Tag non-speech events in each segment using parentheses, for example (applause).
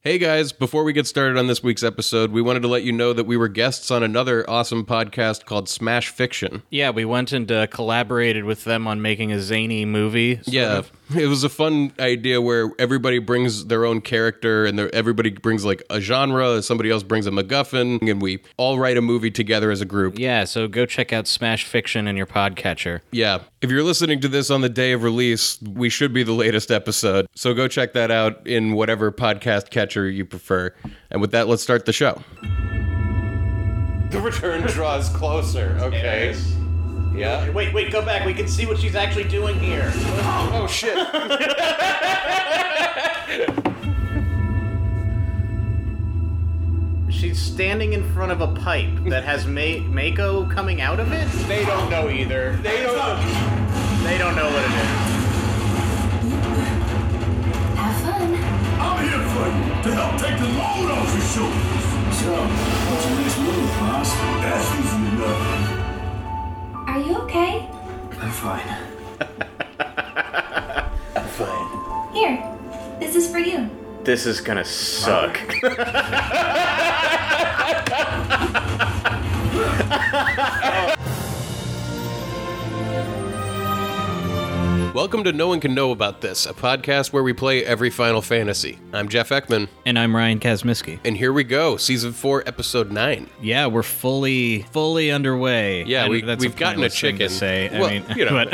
Hey guys, before we get started on this week's episode, we wanted to let you know that we were guests on another awesome podcast called Smash Fiction. Yeah, we went and uh, collaborated with them on making a zany movie. sort Yeah, of. (laughs) it was a fun idea where everybody brings their own character and their- everybody brings like a genre, somebody else brings a MacGuffin, and we all write a movie together as a group. Yeah, so go check out Smash Fiction in your podcatcher. Yeah. If you're listening to this on the day of release, we should be the latest episode. So go check that out in whatever podcast catcher you prefer. And with that, let's start the show. The return draws closer. Okay. Yeah. Wait, wait, go back. We can see what she's actually doing here. Oh, shit. She's standing in front of a pipe that has Ma- Mako coming out of it. They don't know either. They don't. They don't know what it Have fun. I'm here for you to help take the load off your shoulders. So, what's your next move, boss? That's easy enough. Are you okay? I'm fine. I'm fine. Here, this is for you. is. This is gonna suck. Welcome to No One Can Know About This, a podcast where we play every Final Fantasy. I'm Jeff Ekman, And I'm Ryan Kazmiski. and here we go, Season 4, Episode 9. Yeah, we're fully, fully underway. Yeah, And we, that's we've gotten a pointless thing chicken. To say, I well, mean, you (laughs) know,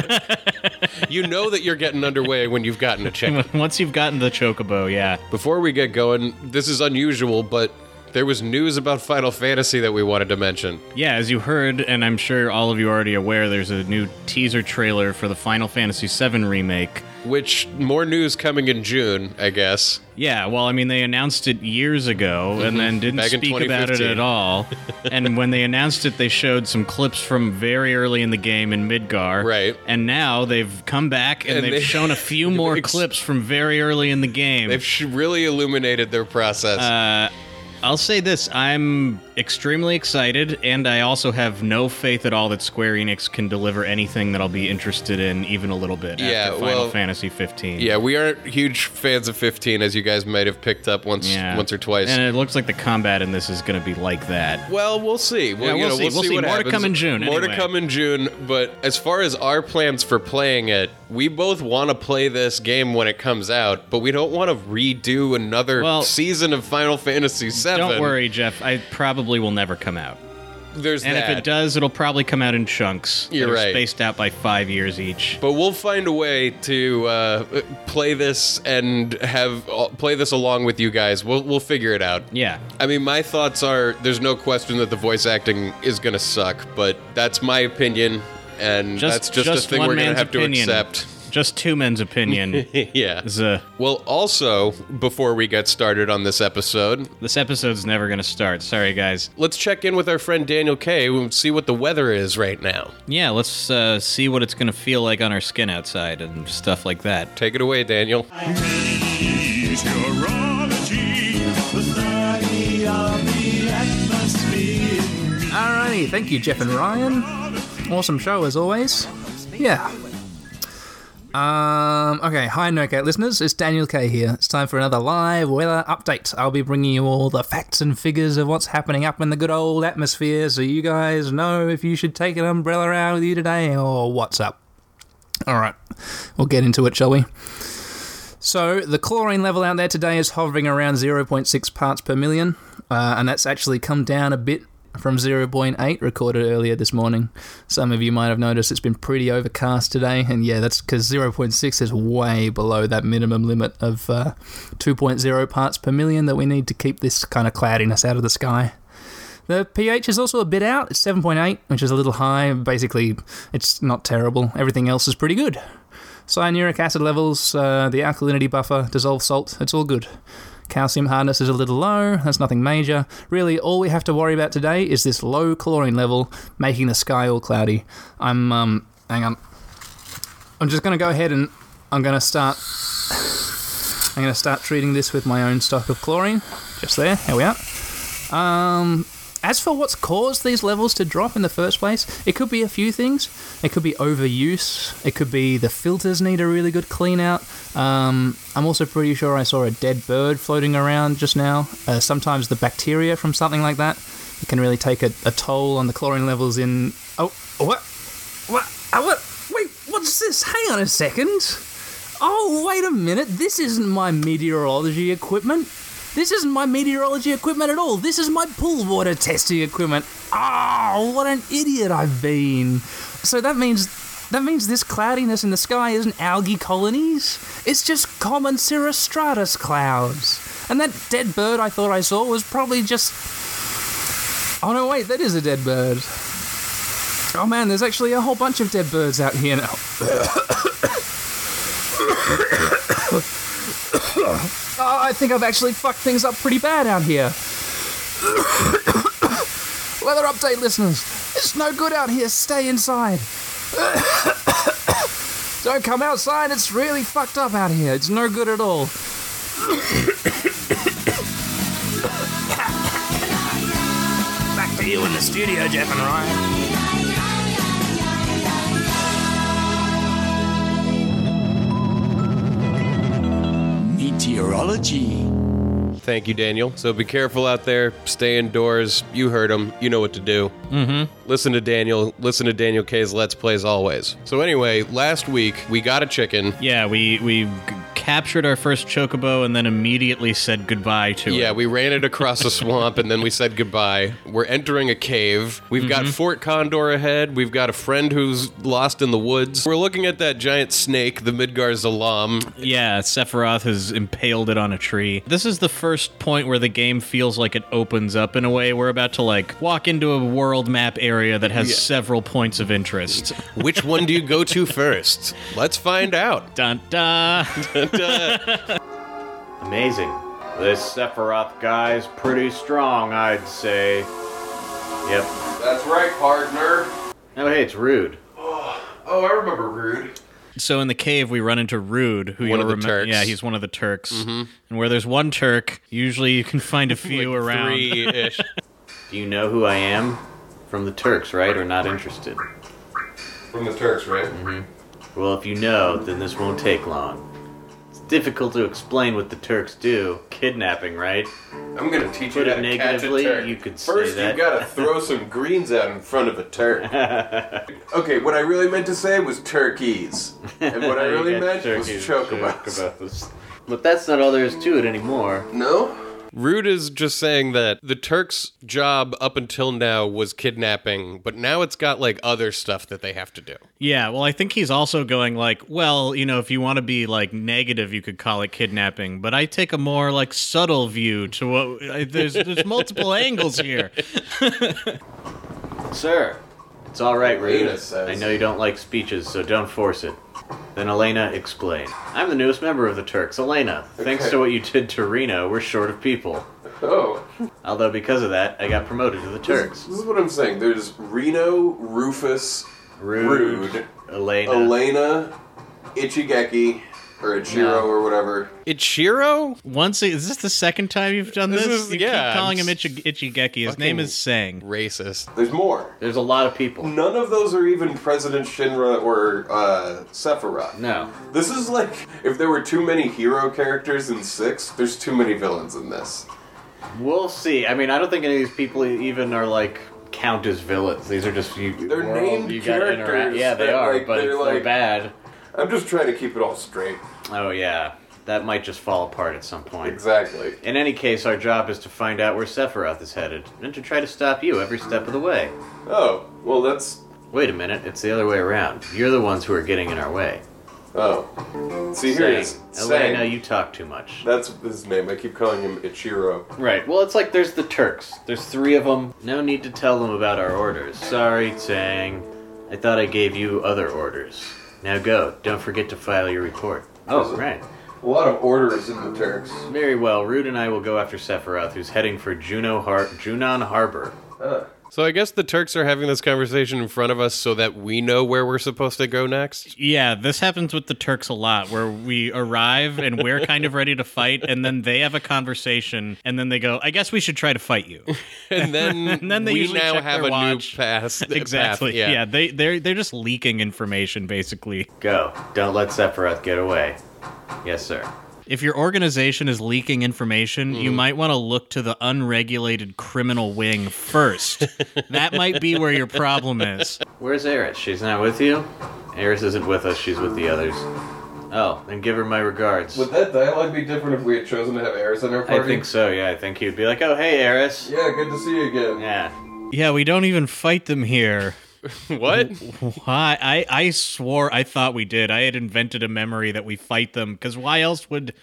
you know that you're getting underway when you've gotten a chicken. but once you've gotten the chocobo, yeah, Before we get going, this is unusual, but there was news about Final Fantasy that we wanted to mention. yeah. As you heard, and I'm sure all of you are already aware, there's a new teaser trailer for the Final Fantasy VII remake. Which more news coming in June, I guess. Yeah, well, I mean, they announced it years ago and then didn't Mm-hmm. Back in speak about it 2015. (laughs) at all. and when they announced it, they showed some clips from very early in the game in Midgar. Right. And now they've come back and, And they've they- shown (laughs) a few more Ex- clips from very early in the game. They've sh- really illuminated their process. Uh, I'll say this I'm extremely excited, and I also have no faith at all that Square Enix can deliver anything that I'll be interested in even a little bit Yeah, after Final well- Fantasy 15. yeah, we aren't huge fans of 15, as you guys might have picked up once, Yeah. once or twice. And it looks like the combat in this is going to be like that. well, we'll see. Well, Yeah, you we'll know, see. We'll, We'll see. see. what More to happens. come in June, More to anyway. come in June. But as far as our plans for playing it, we both want to play this game when it comes out, but we don't want to redo another Well- season of Final Fantasy VII. Don't worry, Jeff. I probably will never come out. There's And that. if it does, it'll probably come out in chunks. that You're are right. Spaced out by five years each. But we'll find a way to uh, play this and have play this along with you guys. We'll we'll figure it out. Yeah. I mean, my thoughts are there's no question that the voice acting is gonna suck, but that's my opinion, and Just- that's just, just a thing one we're gonna man's have opinion. to accept. (laughs) Just two men's opinion. yeah. is, uh, Well, also before we get started on this episode, this episode's never going to start. Sorry, guys. let's check in with our friend Daniel K. and see what the weather is right now. Yeah, let's uh, see what it's going to feel like on our skin outside and stuff like that. Take it away, Daniel. Meteorology, the study of the atmosphere. Alrighty, thank you, Jeff and Ryan. Awesome show as always. Yeah. Um, okay, hi No Cat listeners, it's Daniel K here. It's time for another live weather update. I'll be bringing you all the facts and figures of what's happening up in the good old atmosphere so you guys know if you should take an umbrella around with you today or what's up. Alright, we'll get into it, shall we? So, the chlorine level out there today is hovering around 0.6 parts per million, uh, and that's actually come down a bit from 0.8 recorded earlier this morning. Some of you might have noticed it's been pretty overcast today, and yeah, that's because 0.6 is way below that minimum limit of uh, 2.0 parts per million that we need to keep this kind of cloudiness out of the sky. The pH is also a bit out. It's 7.8, which is a little high. Basically, it's not terrible. Everything else is pretty good cyanuric acid levels, uh, the alkalinity buffer, dissolved salt, it's all good. Calcium hardness is a little low, that's nothing major. Really, all we have to worry about today is this low chlorine level making the sky all cloudy. I'm, um, hang on. I'm just gonna go ahead and I'm gonna start. I'm gonna start treating this with my own stock of chlorine. Just there, here we are. Um, As for what's caused these levels to drop in the first place, it could be a few things. It could be overuse. It could be the filters need a really good clean out. Um, I'm also pretty sure I saw a dead bird floating around just now. Uh, sometimes the bacteria from something like that it can really take a, a toll on the chlorine levels in. Oh, what? What? Uh, what? Wait, what's this? Hang on a second. Oh, wait a minute. This isn't my meteorology equipment. This isn't my meteorology equipment at all. This is my pool water testing equipment. Oh, what an idiot I've been. So that means that means this cloudiness in the sky isn't algae colonies. It's just common cirrostratus clouds. And that dead bird I thought I saw was probably just Oh no, wait, that is a dead bird. Oh man, there's actually a whole bunch of dead birds out here now. Oh, I think I've actually fucked things up pretty bad out here. (coughs) Weather update, listeners. It's no good out here. Stay inside. (coughs) Don't come outside. It's really fucked up out here. It's no good at all. Back to you in the studio, Jeff and Ryan. Meteorology. Thank you, Daniel. So be careful out there. Stay indoors. You heard him. You know what to do. Mm-hmm. Listen to Daniel. Listen to Daniel K's Let's Plays always. So anyway, last week we got a chicken. Yeah, we we g- captured our first chocobo and then immediately said goodbye to Yeah, it. we ran it across a swamp and then we said goodbye. We're entering a cave. We've got Fort Condor ahead. We've got a friend who's lost in the woods. We're looking at that giant snake, the Midgar Zalam. Yeah, Sephiroth has impaled it on a tree. This is the first point where the game feels like it opens up in a way. We're about to like walk into a world map area that has several points of interest. Which one do you go to first? Let's find out. Dun dun. Amazing. This Sephiroth guy's pretty strong, I'd say. Yep. That's right, partner. Oh, hey, it's rude. Oh, I remember Rude. So in the cave, we run into Rude, who One you'll of the remem- Turks. Mm-hmm. Yeah, he's one of the Turks. And where there's one Turk, usually you can (laughs) find a few around. Three ish. Do you know who I am? From the Turks, right? Or not interested? From the Turks, right? Well, if you know, then this won't take long. It's difficult to explain what the Turks do. Kidnapping, right? I'm gonna teach Put it negatively, you could say First, that. you gotta throw (laughs) some greens out in front of a Turk. okay, what I really meant to say was turkeys, and what I (laughs) You really got meant turkeys, was chocobos. chocobos. But that's not all there is to it anymore. No. Rude is just saying that the Turks' job up until now was kidnapping, but now it's got like other stuff that they have to do. Yeah, well, I think he's also going like, well, you know, if you want to be like negative, you could call it kidnapping, but I take a more like subtle view to what I, there's there's multiple angles here. (laughs) Sir, it's all right, Elena Rude. says- I know you don't like speeches, so don't force it. Then Elena, explain. I'm the newest member of the Turks. Elena, thanks Okay. to what you did to Reno, we're short of people. Oh, Although because of that, I got promoted to the Turks. is what I'm saying. There's Reno, Rufus, Rude, Elena. Elena, Ichigeki, or Ichiro, No. or whatever. Ichiro? Once is this the second time you've done this? This is- you yeah, keep calling I'm him Ichi- Ichigeki. His fucking- name is Sang. Racist. There's more. There's a lot of people. None of those are even President Shinra or uh, Sephiroth. No. This is like if there were too many hero characters in six, there's too many villains in this. We'll see. I mean, I don't think any of these people even are like count as villains. These are just you. They're world named you gotta interact- characters Yeah, they that, are, like, but they're, they're, like- bad. I'm just trying to keep it all straight. Oh yeah, that might just fall apart at some point. Exactly. In any case, our job is to find out where Sephiroth is headed and to try to stop you every step of the way. Oh, well, that's. Wait a minute, it's the other way around. You're the ones who are getting in our way. Oh. See, here it is. Sang, Sang. Elena, you talk too much. That's his name. I keep calling him Ichiro. Right. Well, it's like there's the Turks. There's three of them. No need to tell them about our orders. Sorry, Tang. I thought I gave you other orders. Now go. Don't forget to file your report. Oh, right. A lot of orders in the Turks. Very well. Rude and I will go after Sephiroth, who's heading for Juno Har- Junon Harbor. So I guess the Turks are having this conversation in front of us so that we know where we're supposed to go next. Yeah, this happens with the Turks a lot where we arrive and we're kind of ready to fight, and then they have a conversation, and then they go, I guess we should try to fight you. And then, (laughs) And then they we usually now check have their a watch. new (laughs) pass. uh, exactly. path, yeah. they they're they're just leaking information basically. Go. Don't let Sephiroth get away. Yes, sir. Mm-hmm. If your organization is leaking information, you might want to look to the unregulated criminal wing (laughs) first. that might be where your problem is. Where's Eris? She's not with you? Eris isn't with us, she's with the others. Oh, and give her my regards. that dialogue be different if we had chosen to have Eris in our I think so, yeah. I think he'd be like, oh, hey, Eris. Yeah, good to see you again. Yeah. Yeah, we don't even fight them here. (laughs) What? Why? I, I swore I thought we did. I had invented a memory that we fight them because why else would,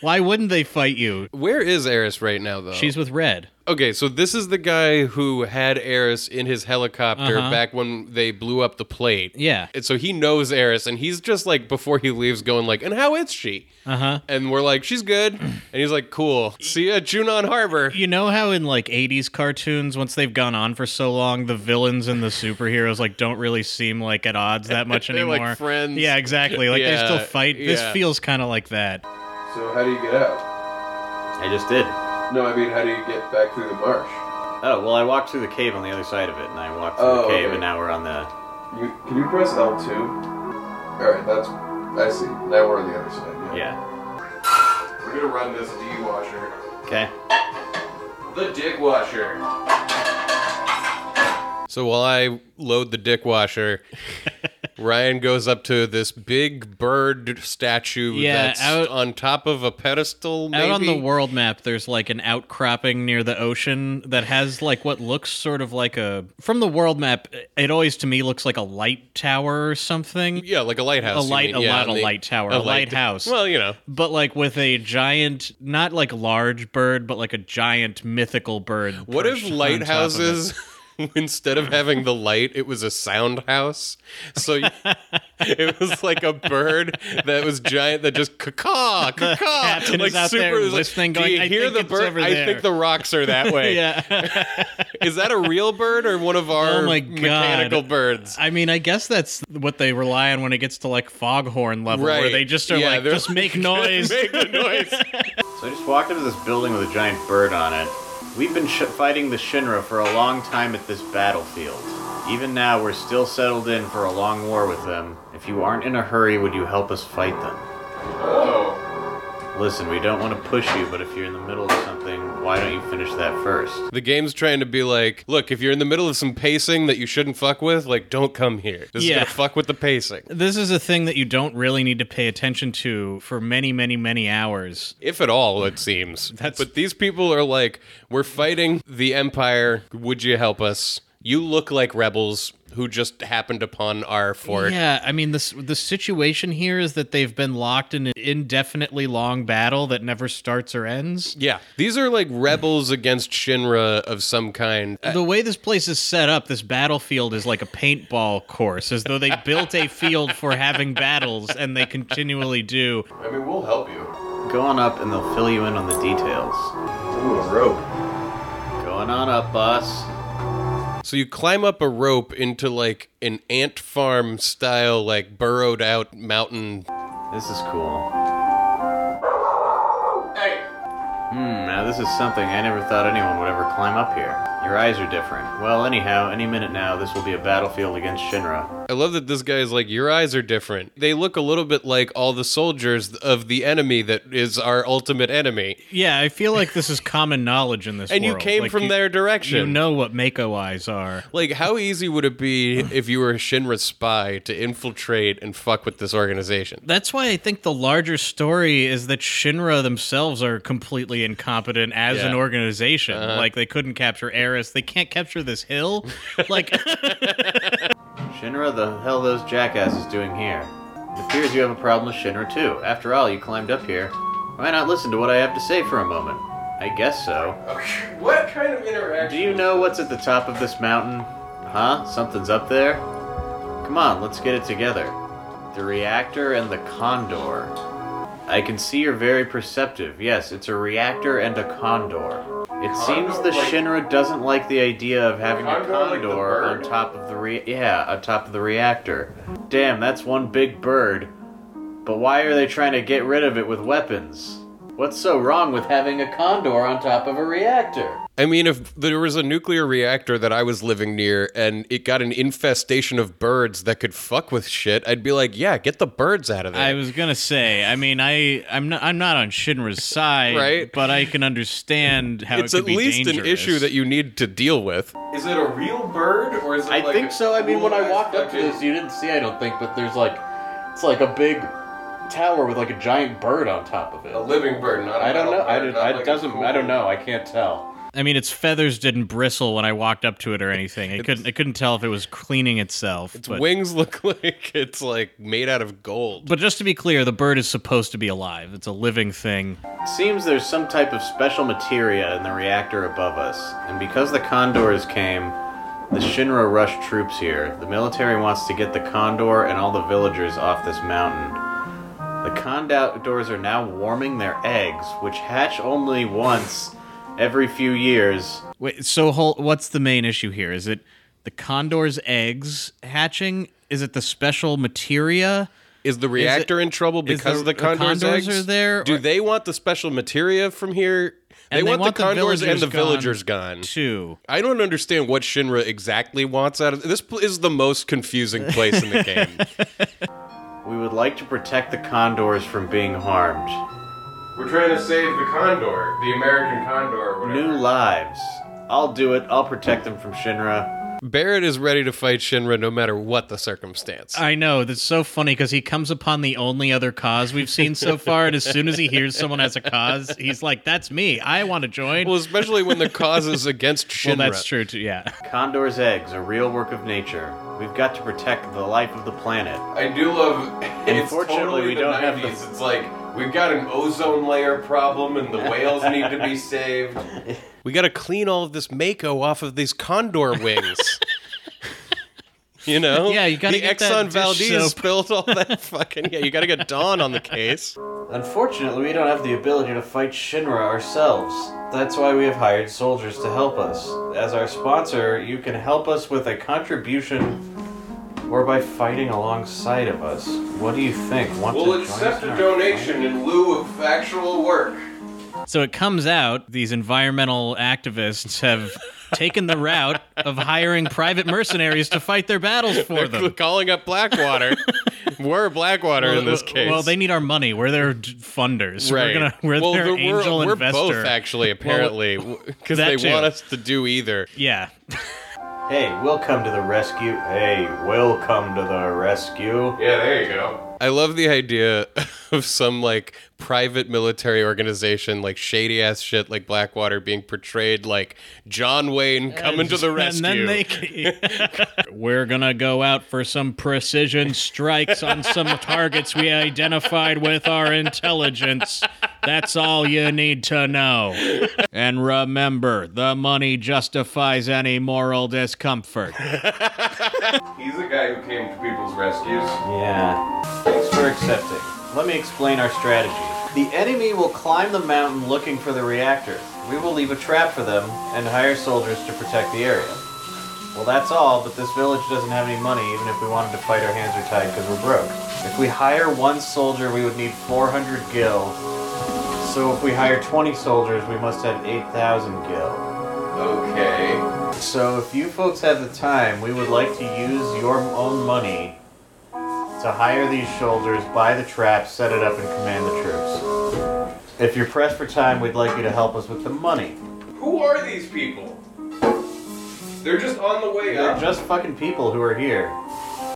why wouldn't they fight you? Where is Eris right now, though? She's with Red. okay. So this is the guy who had Eris in his helicopter back when they blew up the plate. Uh-huh. Yeah. And so he knows Eris, and he's just like before he leaves, going like, "And how is she?" Uh Uh-huh. huh. And we're like, "She's good," (clears throat) and he's like, "Cool. See you at Junon Harbor." You know how in like 80s cartoons, once they've gone on for so long, the villains and the superheroes like don't really seem like at odds that much They're anymore. like friends. Yeah, exactly. Like they Yeah, still fight. This yeah. feels kind of like that. So how do you get out? I just did. No, I mean how do you get back through the marsh? Oh, well, I walked through the cave on the other side of it, and I walked through Oh, the cave, okay. and now we're on the. You can you press L two? All right, that's I see. Now we're on the other side. Yeah. We're gonna run this D washer. Okay. The dick washer. So while I load the dick (laughs) washer, Ryan goes up to this big bird statue Yeah, that's out- on top of a pedestal. Maybe? Out on the world map, there's like an outcropping near the ocean that has like what looks sort of like a. From the world map, it always to me looks like a light tower or something. Yeah, like a lighthouse. A you light- mean, a yeah, lot on of light tower, a light- lighthouse. Well, you know, But like with a giant, not like large bird, but like a giant mythical bird. what if perched on top of lighthouses? (laughs) Instead of having the light, it was a sound house. So (laughs) you, it was like a bird that was giant that just caw caw caw. captain Like is out there it was like, listening, Do going, you "I hear think the it's bird? over I there." think the rocks are (laughs) that way. (laughs) it. Yeah. Is that a real bird or one of our Oh my God. mechanical birds? I mean, I guess that's what they rely on when it gets to like foghorn level, where Right. they just are Yeah, like, they're (laughs) just (laughs) make noise. Make the noise. So I just walked into this building with a giant bird on it. We've been sh- fighting the Shinra for a long time at this battlefield. Even now, we're still settled in for a long war with them. If you aren't in a hurry, would you help us fight them? Oh. Listen, we don't want to push you, but if you're in the middle of something, why don't you finish that first? (laughs) the game's trying to be like, look, if you're in the middle of some pacing that you shouldn't fuck with, like, don't come here. This Yeah. is gonna fuck with the pacing, This is a thing that you don't really need to pay attention to for many, many, many hours. if at all, (laughs) it seems. That's- But these people are like, we're fighting the Empire. Would you help us? You look like rebels who just happened upon our fort. Yeah, I mean, this the situation here is that they've been locked in an indefinitely long battle that never starts or ends. Yeah. These are like rebels against Shinra of some kind. Uh, The way this place is set up, this battlefield is like a paintball course, as though they built a field for having battles, and they continually do. I mean we'll help you. Go on up and they'll fill you in on the details. Ooh, a rope. Going on up, boss. So you climb up a rope into like an ant farm style, like burrowed out mountain. This is cool. Hmm, now this is something I never thought anyone would ever climb up here. Your eyes are different. Well, anyhow, any minute now, this will be a battlefield against Shinra. I love that this guy is like, your eyes are different. They look a little bit like all the soldiers of the enemy that is our ultimate enemy. Yeah, I feel like this is common knowledge in this And you world. came Like, from you- their direction. You know what Mako eyes are. Like, how easy would it (sighs) be if you were a Shinra spy to infiltrate and fuck with this organization? That's why I think the larger story is that Shinra themselves are completely incompetent as Yeah. Uh-huh. an organization. Like they couldn't capture Eris, they can't capture this hill. (laughs) Like Shinra, the hell those jackasses doing here? It appears you have a problem with Shinra too. After all, you climbed up here. Why not listen to what I have to say for a moment? I guess so. (laughs) What kind of interaction? Do you know what's at the top of this mountain? Huh? Something's up there? Come on, let's get it together. The reactor and the condor. I can see you're very perceptive. Yes, it's a reactor and a condor. It seems the like- Shinra doesn't like the idea of having a Condor like the condor on bird? top of the re- yeah, on top of the reactor. Damn, that's one big bird. But why are they trying to get rid of it with weapons? What's so wrong with having a condor on top of a reactor? I mean, if there was a nuclear reactor that I was living near and it got an infestation of birds that could fuck with shit, I'd be like, yeah, get the birds out of there. I was gonna say. I mean, I I'm not I'm not on Shinra's side, Right. But I can understand how it's it at could be least an dangerous. issue that you need to deal with. Is it a real bird or is it? I like think a so. I mean, when I cool-ass walked up to fucking- this, you didn't see, I don't think, but there's like, it's like a big tower with like a giant bird on top of a it. living bird, not. a I don't metal know. I bird, did, not I like a doesn't. cool- I don't know. I can't tell. I mean, its feathers didn't bristle when I walked up to it or anything. It couldn't. It couldn't tell if it was cleaning itself. Its but, wings look (laughs) like it's like made out of gold. but just to be clear, the bird is supposed to be alive. It's a living thing. Seems there's some type of special materia in the reactor above us, and because the condors came, the Shinra rushed troops here. The military wants to get the condor and all the villagers off this mountain. The condors are now warming their eggs, which hatch only once every few years. Wait, so hol- what's the main issue here? Is it the condor's eggs hatching? Is it the special materia? Is the reactor in trouble is because the- the, condors, the condors eggs? are there, Do or- they want the special materia from here? They, And want, the condors and villagers the gone, villagers gone. too. I don't understand what Shinra exactly wants out of this. pl- Is the most confusing place in the game. (laughs) We would like to protect the condors from being harmed. We're trying to save the condor, the American condor. Or whatever. New lives. I'll do it. I'll protect them from Shinra. Barrett is ready to fight Shinra no matter what the circumstance. I know that's so funny because he comes upon the only other cause we've (laughs) seen so far, and as soon as he hears someone has a cause, he's like, "That's me. I want to join." well, especially when the cause is against (laughs) Well, Shinra. that's true too. Yeah. Condor's eggs, a real work of nature. We've got to protect the life of the planet. I do love. It's Unfortunately, totally we the don't 90s. have the- It's like we've got an ozone layer problem, and the whales need to (laughs) be saved. We got to clean all of this Mako off of these condor wings. (laughs) you know? Yeah, you gotta The get that Exxon dish Valdez soap. spilled all (laughs) that fucking. Yeah, you got to get Dawn on the case. Unfortunately, we don't have the ability to fight Shinra ourselves. That's why we have hired soldiers to help us. As our sponsor, you can help us with a contribution or by fighting alongside of us. What do you think? Want to We'll join accept us in a our donation in lieu of actual work. So it comes out these environmental activists have taken the route of hiring private mercenaries to fight their battles for them. Calling up (laughs) Blackwater. We're Blackwater in this Well, case. Well, they need our money. We're their d- funders. Right. We're, gonna, we're well, their the- we're, angel we're investor. both actually (laughs) apparently because that they too. want us to do either. Yeah. Hey, we'll come to the rescue. Hey, we'll come to the rescue. Yeah, there you go. I love the idea (laughs) of some like private military organization, like shady ass shit, like Blackwater, being portrayed like John Wayne coming to the rescue. And then (laughs) they. ca- we're gonna go out for some precision strikes on some targets we identified with our intelligence. That's all you need to know. And remember, the money justifies any moral discomfort. He's a guy who came to people's rescues. Yeah. Thanks for accepting. Let me explain our strategy. The enemy will climb the mountain looking for the reactor. We will leave a trap for them and hire soldiers to protect the area. Well, that's all, but this village doesn't have any money even if we wanted to fight our hands are tied because we're broke. If we hire one soldier, we would need 400 gil. So if we hire 20 soldiers, we must have 8,000 gil. Okay. So, if you folks have the time, we would like to use your own money to hire these soldiers, buy the trap, set it up, and command the troops. If you're pressed for time, we'd like you to help us with the money. Who are these people? They're just on the way They're up. just fucking people who are here.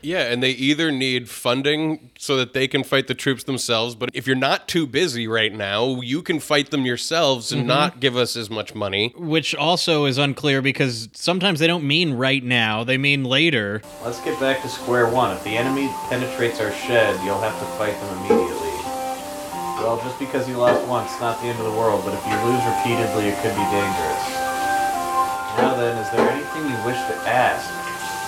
yeah, and they either need funding so that they can fight the troops themselves, but if you're not too busy right now, you can fight them yourselves Mm-hmm. and not give us as much money. Which also is unclear because sometimes they don't mean right now, they mean later. Let's get back to square one. If the enemy penetrates our shed, you'll have to fight them immediately. Well, just because you lost once, not the end of the world, but if you lose repeatedly, it could be dangerous. Now then, is there anything you wish to ask?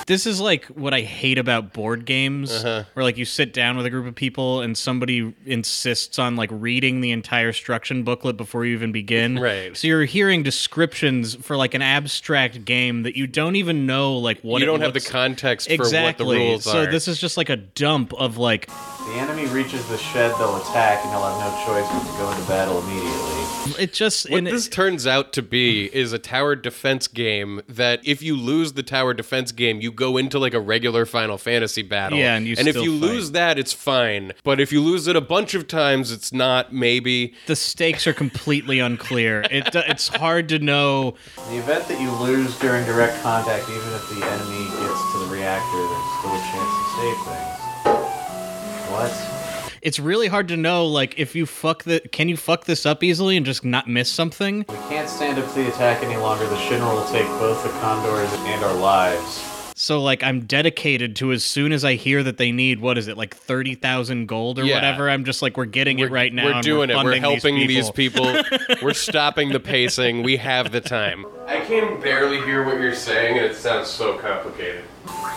This is like what I hate about board games, Uh-huh. where like you sit down with a group of people and somebody insists on like reading the entire instruction booklet before you even begin. Right. So you're hearing descriptions for like an abstract game that you don't even know like what. you it don't have the looks- context exactly. for what the rules so are. this is just like a dump of like the enemy reaches the shed, they'll attack, and he'll have no choice but to go into battle immediately. it just what and Mm-hmm. it- this turns out to be is a tower defense game that if you lose the tower defense game, you go into like a regular Final Fantasy battle. Yeah, and you if still you fight. lose that, it's fine. But if you lose it a bunch of times, it's not maybe. the stakes are completely unclear. It uh, it's hard to know. In the event that you lose during direct contact, even if the enemy gets to the reactor, there's still a chance to save things. What? It's really hard to know like if you fuck the can you fuck this up easily and just not miss something? We can't stand up to the attack any longer. The Shinra will take both the condors and our lives. So like I'm dedicated to as soon as I hear that they need what is it like thirty thousand gold or Yeah. whatever. I'm just like we're getting it right now. We're and doing it. We're funding helping these these people. (laughs) we're stopping the pacing. We have the time. I can barely hear what you're saying, and it sounds so complicated.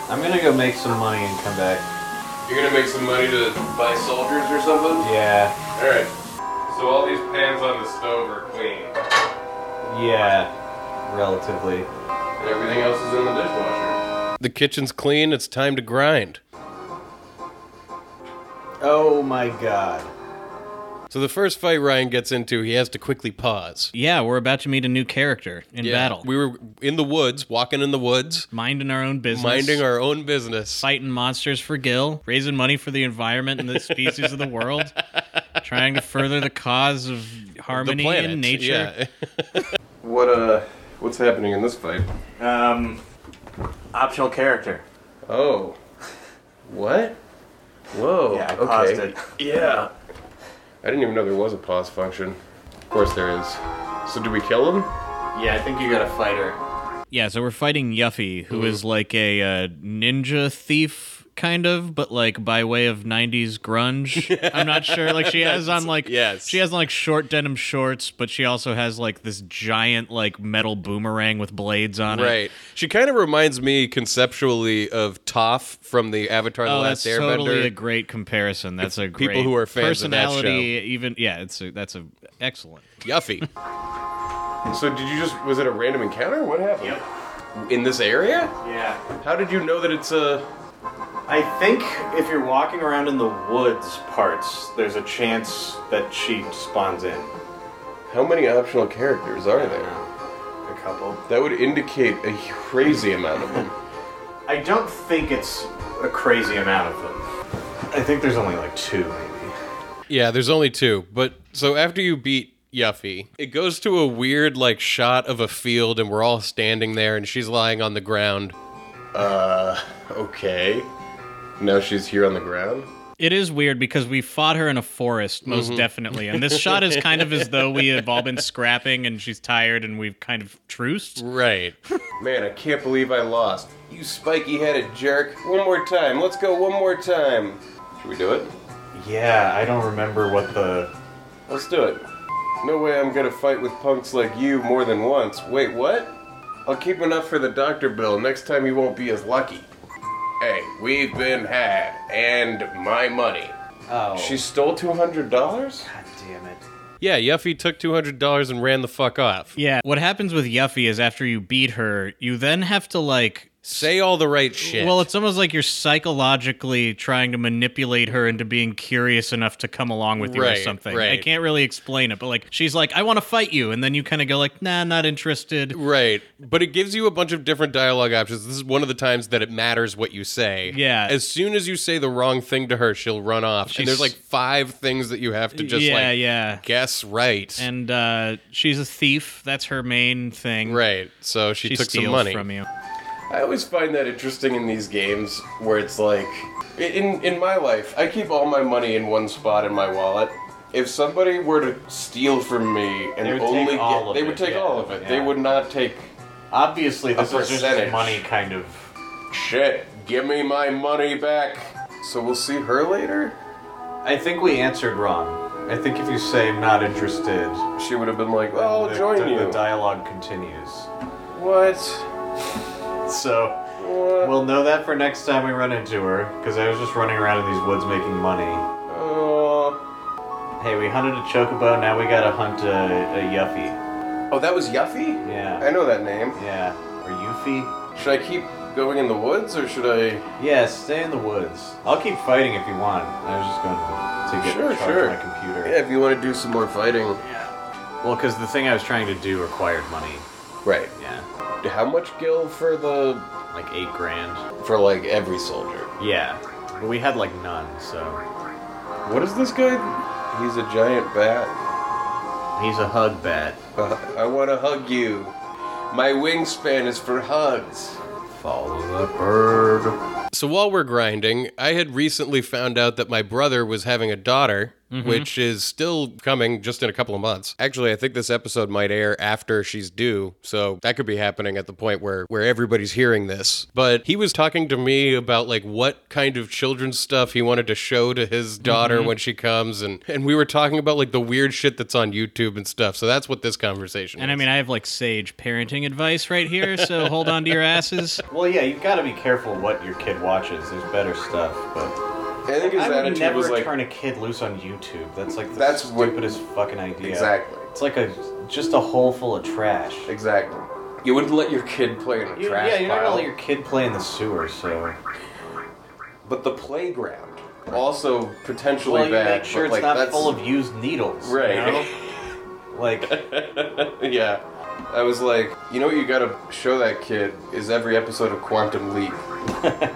I'm gonna go make some money and come back. You're gonna make some money to buy soldiers or something? Yeah, Alright. So all these pans on the stove are clean, yeah, relatively. and everything else is in the dishwasher. The kitchen's clean. It's time to grind. Oh my god. So the first fight Ryan gets into, he has to quickly pause. Yeah, we're about to meet a new character in battle. We were in the woods, walking in the woods, minding our own business. minding our own business. fighting monsters for Gil, raising money for the environment (laughs) and the species of the world, trying to further the cause of harmony in nature. yeah. (laughs) What uh what's happening in this fight? Um, optional character. Oh. What? Whoa. Yeah, I okay. paused it. Yeah. I didn't even know there was a pause function. Of course there is. So do we kill him? Yeah, I think you gotta fight her. Yeah, so we're fighting Yuffie, Mm-hmm. who is like a uh, ninja thief kind of but like by way of 90s (laughs) grunge i'm not sure like she has on like Yes. she has on like short denim shorts but she also has like this giant like metal boomerang with blades on it Right. She kind of reminds me conceptually of Toph from the Avatar: The oh Last that's Airbender. totally a great comparison that's a great People who are fans of that show. personality even yeah it's a, that's a excellent Yuffie. So did you just was it a random encounter? What happened? In this area? Yeah. How did you know that it's a I think if you're walking around in the woods parts, there's a chance that she spawns in. how many optional characters are there? A couple. That would indicate a crazy amount of them. I don't think it's a crazy amount of them. I think there's only like two, maybe. (laughs) yeah, there's only two. But so after you beat Yuffie, it goes to a weird like shot of a field, and we're all standing there, and she's lying on the ground. Uh, Okay. Now she's here on the ground. It is weird because we fought her in a forest, most Mm-hmm. definitely. (laughs) And this shot is kind of as though we have all been scrapping and she's tired and we've kind of truced. Right. (laughs) Man, I can't believe I lost. You spiky headed jerk. One more time. Let's go one more time. Should we do it? Yeah, I don't remember what the. Let's do it. No way I'm gonna fight with punks like you more than once. Wait, what? I'll keep enough for the doctor bill. Next time you won't be as lucky. Hey, we've been had, and my money. Oh. She stole $200? God damn it. Yeah, Yuffie took two hundred dollars and ran the fuck off. Yeah. What happens with Yuffie is after you beat her, you then have to like. Say all the right shit. Well, it's almost like you're psychologically trying to manipulate her into being curious enough to come along with you Right, or something. I right. can't really explain it, but like she's like, "I want to fight you," and then you kind of go like, "Nah, not interested." Right. But it gives you a bunch of different dialogue options. This is one of the times that it matters what you say. Yeah. As soon as you say the wrong thing to her, she'll run off. She's- and there's like five things that you have to just yeah, like yeah. guess right. And uh, she's a thief. That's her main thing. right. So she, She took steals some money. from you. I always find that interesting in these games where it's like in in my life, I keep all my money in one spot in my wallet. If somebody were to steal from me and They would only take all get, of they it, would take yeah, all of it. They yeah. would not take Obviously, this is just a percentage. money kind of. shit. Give me my money back. So we'll see her later. I think we answered wrong. I think if you say I'm not interested, She would have been like, "Well, I'll the, join the you." dialogue continues. what? So We'll know that for next time we run into her, because I was just running around in these woods making money. Oh, Hey, we hunted a chocobo, now we gotta hunt a, a yuffie. oh, that was Yuffie. Yeah. I know that name. Yeah. Or Yuffie? Should I keep going in the woods or should I? Yeah, stay in the woods. I'll keep fighting if you want. I was just going to get Sure, charge sure. my computer. Yeah, if you want to do some more fighting. Well, because the thing I was trying to do required money. Right. Yeah. How much gil for the Like eight grand. for like every soldier? Yeah. But we had like none, so. What is this guy? He's a giant bat. (laughs) He's a hug bat. Uh, I want to hug you. My wingspan is for hugs. Follow the bird. So while we're grinding, I had recently found out that my brother was having a daughter, Mm-hmm. which is still coming just in a couple of months. Actually, I think this episode might air after she's due, so that could be happening at the point where where everybody's hearing this. But he was talking to me about like what kind of children's stuff he wanted to show to his daughter Mm-hmm. when she comes and and we were talking about like the weird shit that's on YouTube and stuff. So that's what this conversation And I is. mean, I have like sage parenting advice right here, so hold on to your asses. Well, yeah, you've got to be careful what your kid watches. There's better stuff, but I think his I would attitude never was like, turn a kid loose on YouTube. That's like the That's what- stupidest fucking idea. exactly, It's like a just a hole full of trash. exactly. You wouldn't let your kid play in a You- trash yeah, you're not pile, gonna let your kid play in the sewer, so. but the playground also potentially Well, you bad. make sure but, like, it's not that's- full of used needles. you Right. (laughs) know? like, yeah. I was like, you know what you gotta show that kid is every episode of Quantum (laughs) Leap.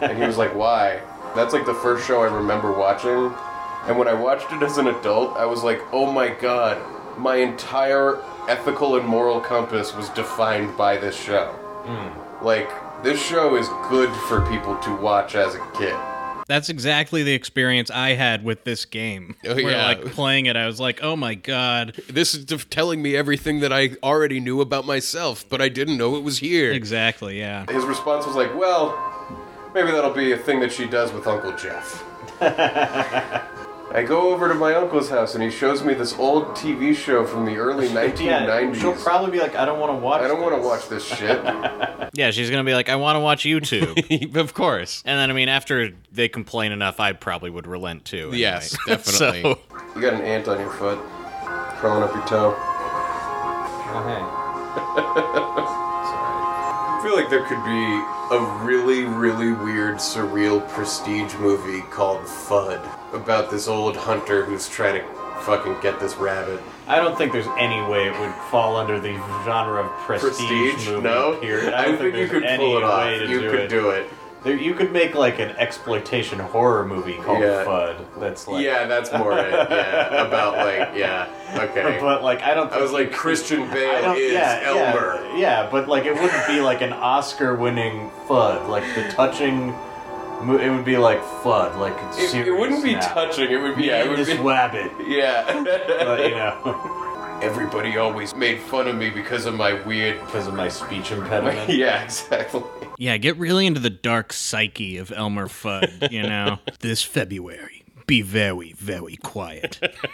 and he was like, why? That's like the first show I remember watching. And when I watched it as an adult, I was like, oh my god, my entire ethical and moral compass was defined by this show. Hmm. Like, this show is good for people to watch as a kid. That's exactly the experience I had with this game. Oh, Where, yeah. like playing it, I was like, oh my (laughs) god. this is just telling me everything that I already knew about myself, but I didn't know it was here. Exactly, yeah. His response was like, well, maybe that'll be a thing that she does with Uncle Jeff. (laughs) I go over to my uncle's house and he shows me this old TV show from the early (laughs) yeah, 1990s. she'll probably be like, I don't want to watch I don't want to this." watch this shit. (laughs) Yeah, she's gonna be like, I wanna (laughs) watch YouTube. of course. and then I mean after they complain enough, I probably would relent too. anyway. Yes, definitely. (laughs) So- You got an ant on your foot, crawling up your toe. Oh, hey. It's alright. I feel like there could be a really, really weird, surreal prestige movie called FUD about this old hunter who's trying to fucking get this rabbit. I don't think there's any way it would fall under the genre of prestige, Prestige? movie. No? Period. I, I don't think, you there's could any pull it way off. to You do could it. do it. There, you could make like an exploitation horror movie called Yeah. FUD. That's like, yeah, that's more (laughs) it. Yeah, about like yeah. Okay. But like, I don't. Think I was like you- Christian I Bale don't- is yeah, Elmer. Yeah, yeah, but like, it wouldn't be like an Oscar-winning FUD. Like the touching. mo- It would be like FUD. Like it's It, it wouldn't be touching. It would be yeah. Yeah, It would this be, wabbit. (laughs) yeah. But you know, Everybody always made fun of me because of my weird. (laughs) because of my speech impediment. (laughs) yeah, exactly. Yeah, get really into the dark psyche of Elmer Fudd, (laughs) you know? this February, be very, very quiet. (laughs)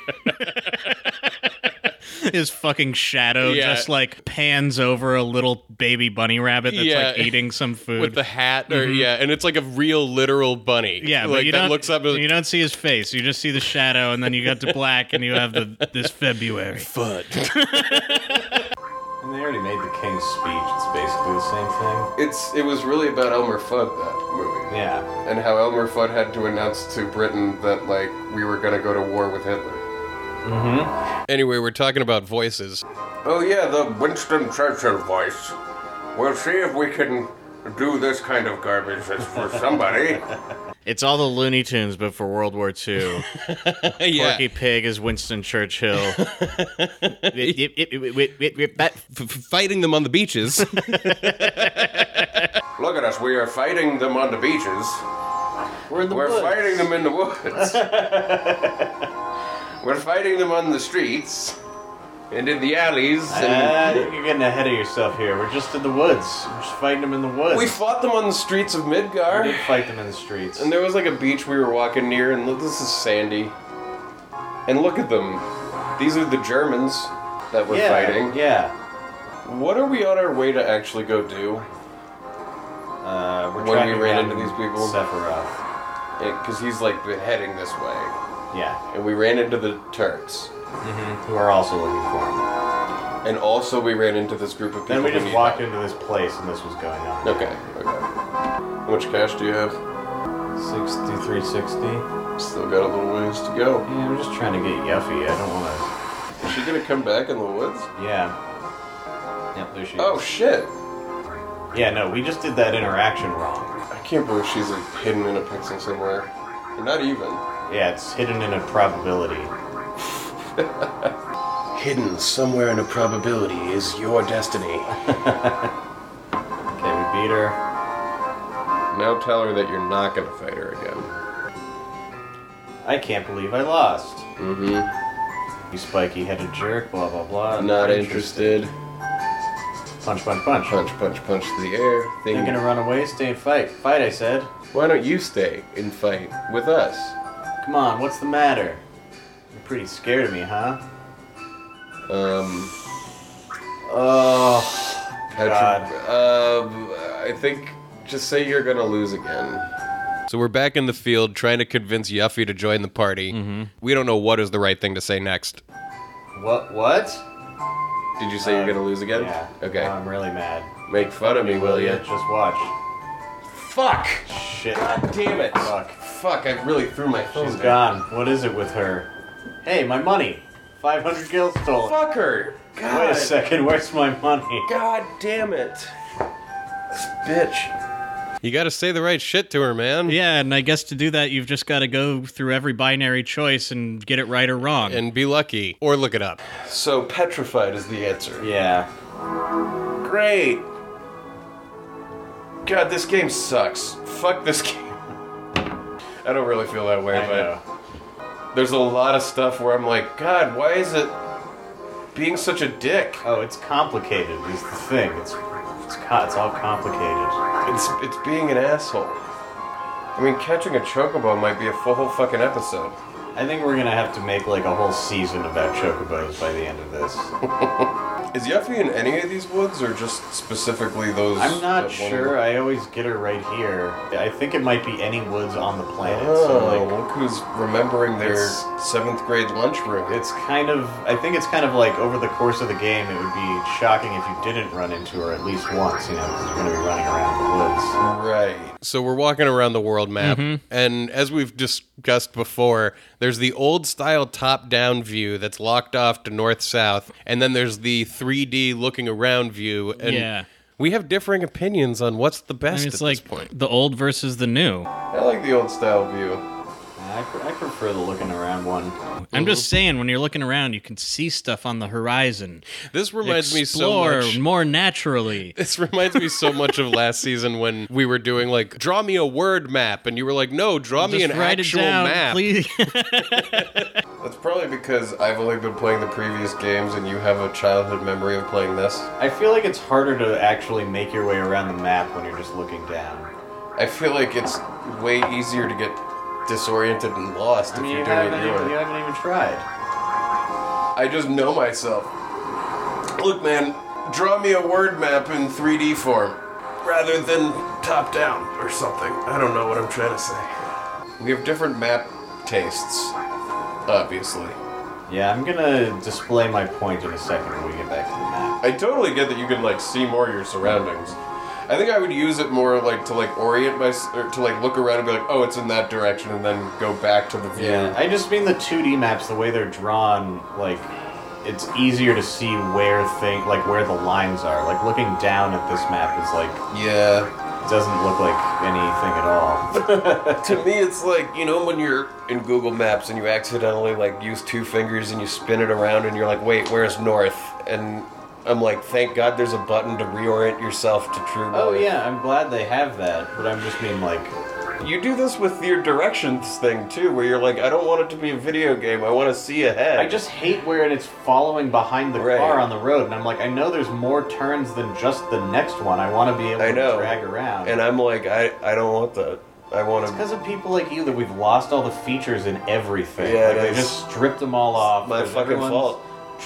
His fucking shadow Yeah. just like pans over a little baby bunny rabbit that's like Yeah. eating some food. With the hat, or yeah, and it's like a real literal bunny. (laughs) Mm-hmm. yeah, like but you that don't, looks up. And you don't see his face. You just see the shadow, and then you got to black, and you have the this February. And they already made the king's speech. It's basically the same thing. It's it was really about Elmer Fudd that movie, Yeah. and how Elmer Fudd had to announce to Britain that like we were gonna go to war with Hitler. Mm-hmm. anyway, we're talking about voices. Oh yeah, the Winston Churchill voice. We'll see if we can do this kind of garbage that's for somebody. (laughs) It's all the Looney Tunes, but for World War (laughs) II. (laughs) yeah, Porky Pig is (laughs) Winston Churchill. Wit- yip- yip- yip- wit- wit- wit- bat- F- f- fighting them on the (laughs) beaches. Look at us, we are fighting them on the beaches. We're in the We're woods. fighting them in the (laughs) woods. We're fighting them on the streets and in the alleys. And Uh, I think you're getting ahead of yourself here. We're just in the woods. We're just fighting them in the woods. we fought them on the streets of We Midgar. did fight them in the streets. And there was like a beach we were walking near, and look, this is sandy. And look at them. These are the Germans that we're yeah, fighting. Yeah. What are we on our way to actually go do? Uh, we're When we tracking ran down into these people? Sephiroth. Because he's like been heading this way. Yeah, And we ran into the Turks. who are also looking for him. And also we ran into this group of people. Then we who just need walked help. into this place and this was going on. Okay, okay. How much cash do you have? 63, 60. Yeah, Still got a little ways to go. I'm just trying to get Yuffie. I don't want Is she gonna come back in the woods? to. Yeah. Yep, there she is. Oh shit! yeah, no, we just did that interaction wrong. I can't believe she's like hidden in a pixel somewhere. Or not even. Yeah, it's hidden in a probability. Hidden somewhere in a probability is your destiny. Okay, we beat her. Now tell her that you're not gonna fight her again. I can't believe I lost. Mm-hmm. You spiky headed jerk, blah blah blah. Not interested. Punch, punch, punch. Punch, punch, punch the air. Thing. You're gonna run away, stay and fight. Fight, I said. Why don't you stay and fight with us? Come on, what's the matter? You're pretty scared of me, huh? Um, Oh, Patrick, um, I think just say you're gonna lose again. So we're back in the field trying to convince Yuffie to join the party. Mm-hmm. We don't know what is the right thing to say next. what? What? Did you say you're gonna lose again? Yeah. Okay. Now I'm really mad. Make fun of me, will Yeah, ya? Just watch. Fuck! Shit. God damn it! Fuck. Fuck! I really threw my phone. She's down. gone. What is it with her? Hey, my money. 500 gil stolen. Fuck her! God. Wait a second, where's my money? God damn it! This bitch. You got to say the right shit to her, man. Yeah, and I guess to do that, you've just got to go through every binary choice and get it right or wrong. And be lucky or look it up. So petrified is the answer. Yeah. Great. God, this game sucks. Fuck this (laughs) game. I don't really feel that way, I but know. there's a lot of stuff where I'm like, God, why is it being such a dick? Oh, it's complicated is the thing. It's it's, co- it's all complicated. It's it's being an asshole. I mean, catching a chocobo might be a full whole fucking episode. I think we're gonna have to make like a whole season about chocobos by the end of this. Is Yuffie in any of these woods, or just specifically those? I'm not that one- sure. I always get her right here. I think it might be any woods on the planet. Oh, So look who's remembering their It's- seventh grade lunchroom. like, it's kind of. I think it's kind of like over the course of the game, it would be shocking if you didn't run into her at least once. You know, because you're gonna be running around the woods. right. So we're walking around the world map, Mm-hmm. and as we've discussed before, there's the old style top down view that's locked off to north south, and then there's the 3D looking around view. And Yeah. we have differing opinions on what's the I best mean, at it's like this point. the old versus the new. I like the old style view. I, pre- I prefer the looking around one. I'm just saying, when you're looking around, you can see stuff on the horizon. This reminds Explore me so much. more naturally. (laughs) This reminds me so much of last season when we were doing like draw me a word map, and you were like, no, draw me just an write actual it down, map. please. (laughs) That's probably because I've only been playing the previous games, and you have a childhood memory of playing this. I feel like it's harder to actually make your way around the map when you're just looking down. I feel like it's way easier to get disoriented and lost I mean, if you you're doing haven't, it your even, you way. haven't even tried. I just know myself. Look, man, draw me a word map in 3D form rather than top down or something. I don't know what I'm trying to say. We have different map tastes, obviously. Yeah, I'm gonna display my point in a second when we get back to the map. I totally get that you can like see more of your surroundings. I think I would use it more like to like orient my or to like look around and be like, oh, it's in that direction, and then go back to the view. I just mean the 2D maps, the way they're drawn, like it's easier to see where thing, like where the lines are. Like looking down at this map is like Yeah. doesn't look like anything at all. To me, it's like you know when you're in Google Maps and you accidentally like use two fingers and you spin it around and you're like, wait, where's north? And I'm like, thank God there's a button to reorient yourself to true. oh north." yeah, I'm glad they have that, but I'm just mean like You do this with your directions thing too, where you're like, I don't want it to be a video game. I want to see ahead. I just hate where it's following behind the Right. car on the road, and I'm like, I know there's more turns than just the next one. I want to be able I know. to drag around. And I'm like, I, I don't want that. I want to. because of people like you that we've lost all the features in everything. Yeah, like, they that's- just stripped them all off. my There's fucking everyone's- fault.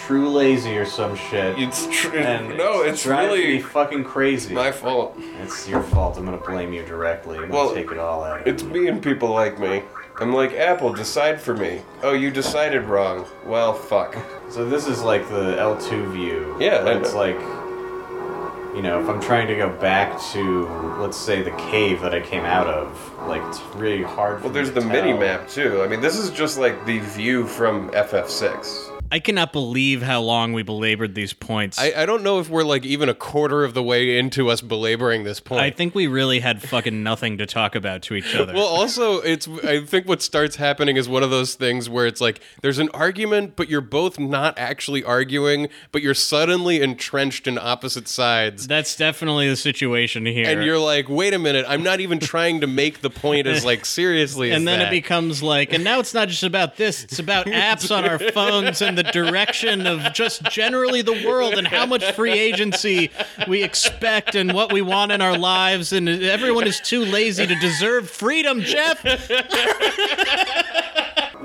true lazy or some shit. It's true. (laughs) and No, it's drives me really fucking crazy. my fault. It's your fault. I'm gonna blame you directly. I'm Well, gonna take it all out. It's me and people like me. I'm like, Apple, decide for me. Oh, you decided wrong. Well, fuck. So this is like the L2 view. Yeah, I it's know. like you know, if I'm trying to go back to let's say the cave that I came out of, like it's really hard. For Well, me there's to the tell. mini map, too. I mean, this is just like the view from FF6. I cannot believe how long we belabored these points. I, I don't know if we're like even a quarter of the way into us belaboring this point. I think we really had fucking nothing to talk about to (laughs) each other. Well, also, it's. I think what starts happening is one of those things where it's like there's an argument, but you're both not actually arguing, but you're suddenly entrenched in opposite sides, That's definitely the situation here. and you're like, "Wait a minute, I'm not even trying to make the point as like seriously." as and then that." it becomes like, and now it's not just about this, (laughs) it's about apps on our phones and the direction of just generally the world and how much free agency we expect and what we want in our lives. And everyone is too lazy to deserve freedom, Jeff.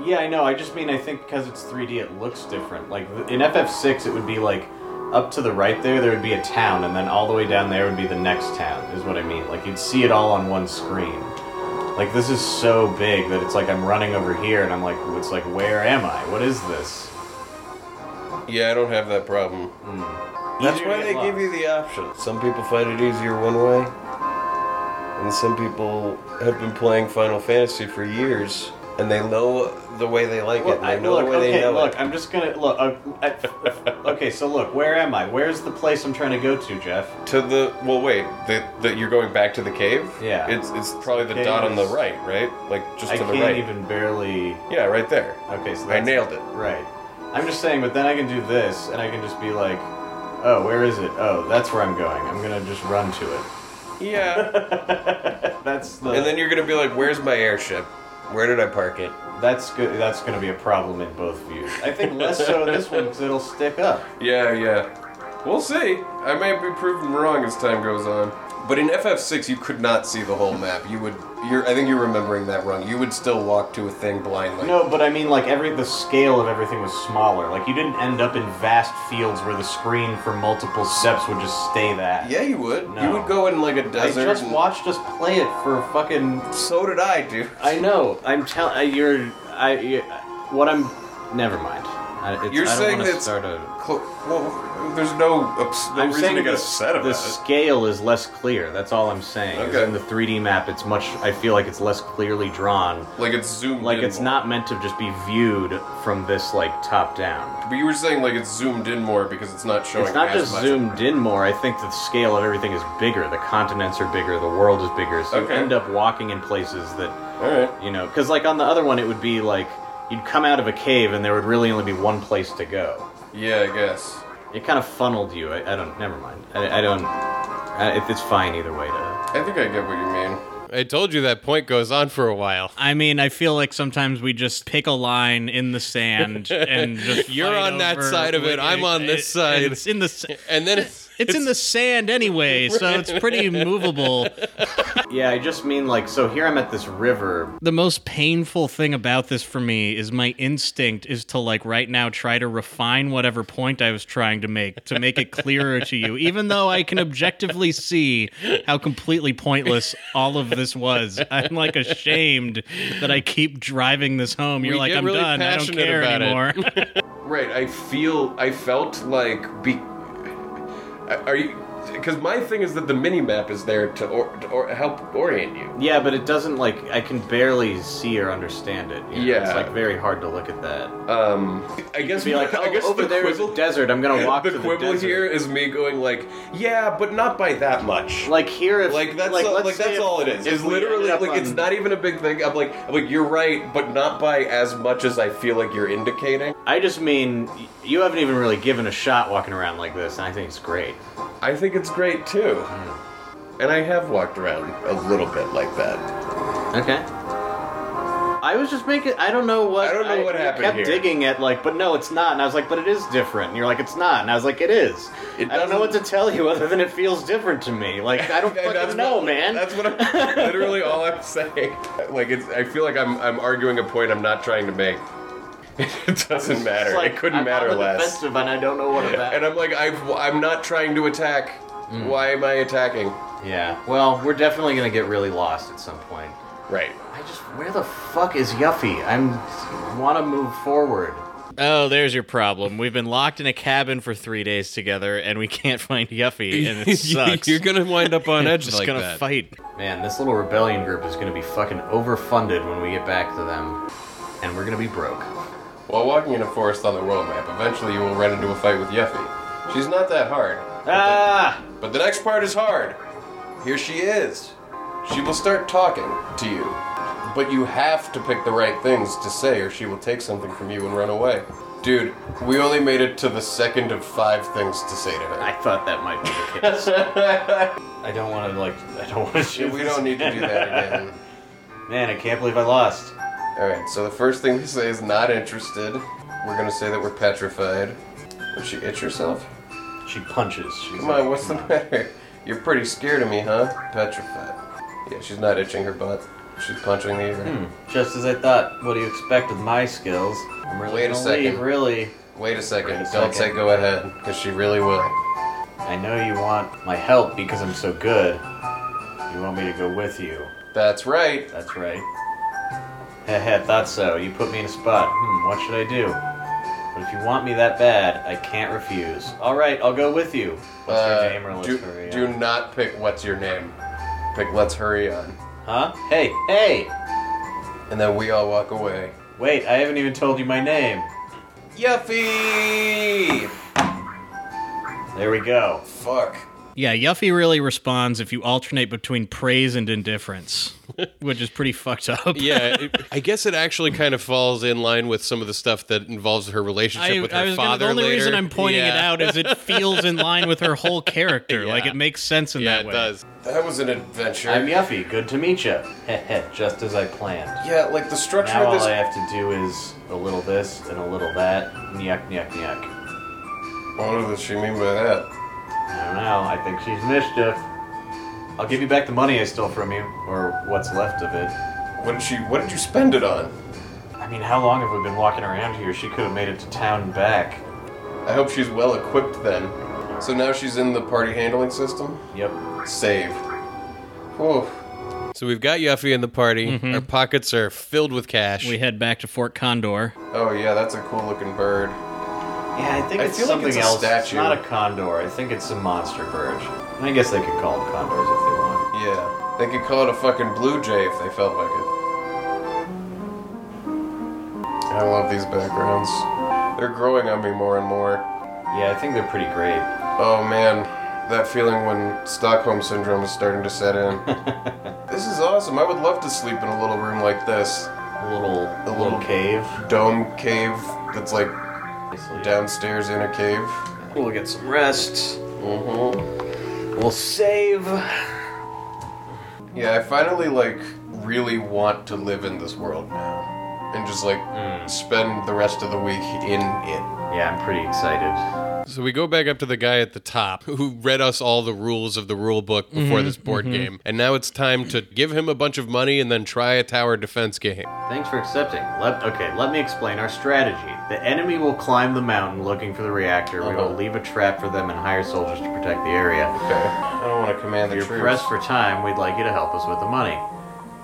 Yeah, I know. I just mean I think because it's 3D, it looks different. Like th- in FF6, it would be like up to the right there, there would be a town, and then all the way down there would be the next town. Is what I mean. Like you'd see it all on one screen. Like this is so big that it's like I'm running over here, and I'm like, it's like, where am I? What is this? Yeah, I don't have that problem. That's Easier why to they get give lost. you the option. Some people find it easier one way, and some people have been playing Final Fantasy for years, and they know the way they like it. Look, And I, they know look, the way okay, they know look, it. I'm just gonna look. Uh, I, okay, so look, where am I? Where's the place I'm trying to go to, Jeff? To the well, wait. That that you're going back to the cave. Yeah. It's it's probably the Cave dot on the is- right, right? Like just I to the can't right. even barely. Yeah, right there. Okay, so I that's nailed it. Right. I'm just saying, but then I can do this, and I can just be like, oh, where is it? Oh, that's where I'm going. I'm gonna just run to it. Yeah. That's the. and then you're gonna be like, "Where's my airship? Where did I park it?" that's good. That's gonna be a problem in both views. I think less so in this one because it'll stick up. Yeah, yeah. We'll see. I may be proven wrong as time goes on. But in FF6, you could not see the whole map. You would. You're. I think you're remembering that wrong. You would still walk to a thing blindly. No, but I mean, like every the scale of everything was smaller. Like you didn't end up in vast fields where the screen for multiple steps would just stay that. Yeah, you would. You No. would go in like a I desert. just and- watched us play it for fucking. So did I, dude. I know. I'm telling you're. I. you what I'm. Never mind. I, it's, You're I don't saying wanna that's- Start a, Cl- well, there's no, ups- no I'm reason saying to get the- upset about the it. scale is less clear. That's all I'm saying. is Okay. In the 3D map, it's much. I feel like it's less clearly drawn. Like it's zoomed. Like in it's more. not meant to just be viewed from this like top down. But you were saying like it's zoomed in more because it's not showing. It's not as just much. zoomed in more. I think the scale of everything is bigger. The continents are bigger. The world is bigger. So Okay. you end up walking in places that, All right. you know, because like on the other one, it would be like you'd come out of a cave and there would really only be one place to go. Yeah, I guess. It kind of funneled you. I, I don't. Never mind. I, I don't. I, it- it's fine either way. To I think I get what you mean. I told you that point goes on for a while. I mean, I feel like sometimes we just pick a line in the sand and (laughs) just. You're fight on that over- side of it, I'm on this and side. It's in the. s- And then it's, (laughs) It's in the sand anyway, so it's pretty movable. yeah, I just mean like so. Here I'm at this river. the most painful thing about this for me is my instinct is to like right now try to refine whatever point I was trying to make to make it clearer to you, even though I can objectively see how completely pointless all of this was. I'm like ashamed that I keep driving this home. You're We like, get I'm really done. I don't passionate care about it." anymore. (laughs) Right, I feel I felt like be are you because my thing is that the mini map is there to, or, to or help orient you. Yeah, but it doesn't like I can barely see or understand it. you know? it's Yeah. like very hard to look at that. Um, I guess Just be like, oh, I guess over the there is quibble, a desert. I'm gonna walk the to the quibble desert. here is me going like, yeah, but not by that much. Like here, if Like that's like, all, let's like say that's if- all it is. if It's we literally ended up like it's on- not even a big thing. I'm like I'm like you're right, but not by as much as I feel like you're indicating. I just mean y- you haven't even really given a shot walking around like this, and I think it's great. I think it's great too, and I have walked around a little bit like that. Okay. I was just making. I don't know what. I don't know what you happened Kept here. digging at like, but no, it's not. And I was like, but it is different. And you're like, it's not. And I was like, it is. It I don't know what to doesn't- tell you other than it feels different to me. Like (laughs) I don't And fucking know, what, man. That's what (laughs) I'm literally all I'm saying. Like it's, I feel like I'm I'm arguing a point I'm not trying to make. (laughs) It doesn't matter. It's like, it couldn't I'm matter on the less. defensive and I don't know what about. And I'm like, I've, I'm not trying to attack. Why am I attacking? yeah. Well, we're definitely gonna get really lost at some point. Right. I just, where the fuck is Yuffie? I'm, want to move forward. Oh, there's your problem. We've been locked in a (laughs) cabin for three days together, and we can't find Yuffie, (laughs) and it sucks. You're gonna wind up (laughs) on edge just like gonna that. fight. Man, this little rebellion group is gonna be fucking overfunded when we get back to them, and we're gonna be broke. While walking in a forest on the world map, eventually you will run into a fight with Yuffie. She's not that hard. Ah! But the next part is hard. Here she is. She will start talking to you. But you have to pick the right things to say, or she will take something from you and run away. Dude, we only made it to the second of five things to say to her. I thought that might be the (laughs) case. I don't want to like. I don't want to shoot. We don't need to do (laughs) that again. Man, I can't believe I lost. Alright, so the first thing we say is not interested. We're gonna say that we're petrified. Would she itch herself? She punches. She's Come on, what's the matter? You're pretty scared of me, huh? Petrified. Yeah, she's not itching her butt. She's punching the air. Just as I thought. What do you expect with my skills? I'm really Wait a gonna second. leave, really. Wait a second. Wait a Don't second. say go ahead, because she really will. I know you want my help because I'm so good. You want me to go with you. That's right. That's right. (laughs) Heh thought so. You put me in a spot. Hmm, what should I do? But if you want me that bad, I can't refuse. All right, I'll go with you. What's uh, Uh, her name or let's do, hurry do up? not pick what's your name. Pick let's hurry on. Huh? Hey, hey! And then we all walk away. Wait, I haven't even told you my name. Yuffie! There we go. Fuck. Yeah, Yuffie really responds if you alternate between praise (laughs) and indifference, which is pretty fucked up. yeah, it- I guess it actually kind of falls in line with some of the stuff that involves her relationship I, with her I was gonna, father the only later. reason I'm pointing it Yeah. out (laughs) is it feels in line with her whole character. Like Yeah. it makes sense in Yeah, that it way. does. That was an adventure. I'm Yuffie. Good to meet you. Heh heh, (laughs) just as I planned. yeah, like the structure Now of all this. I have to do is a little this and a little that. Nyuk, nyuk, nyuk. What does she mean by that? I don't know. I think she's mischief. I'll give you back the money I stole from you, or what's left of it. What did she? What did you spend it on? I mean, how long have we been walking around here? She could have made it to town and back. I hope she's well equipped then. So now she's in the party handling system. Yep. Save. Whew. So we've got Yuffie in the party. Our pockets are filled with cash. We head back to Fort Condor. Oh yeah, that's a cool looking bird. Yeah, I think I it's feel like something it's a else. It's statue. not a condor. I think it's a monster bird. I guess they could call them condors if they want. Yeah, they could call it a fucking blue jay if they felt like it. I love these backgrounds. They're growing on me more and more. Yeah, I think they're pretty great. Oh man, that feeling when Stockholm syndrome is starting to set (laughs) in. this is awesome. I would love to sleep in a little room like this. A little, a little- little cave. Dome cave that's like Nicely. downstairs in a cave. We'll get some rest. Mm-hmm. We'll save. Yeah, I finally like really want to live in this world now, and just like Hmm. spend the rest of the week in it. Yeah, I'm pretty excited. So we go back up to the guy at the top who read us all the rules of the rule book before Mm-hmm, this board game. And now it's time to give him a bunch of money and then try a tower defense game. Thanks for accepting. Let, okay, let me explain our strategy. The enemy will climb the mountain looking for the reactor. We will Uh-huh. leave a trap for them and hire soldiers to protect the area. Okay, I don't want to command the You're troops. pressed for time. We'd like you to help us with the money.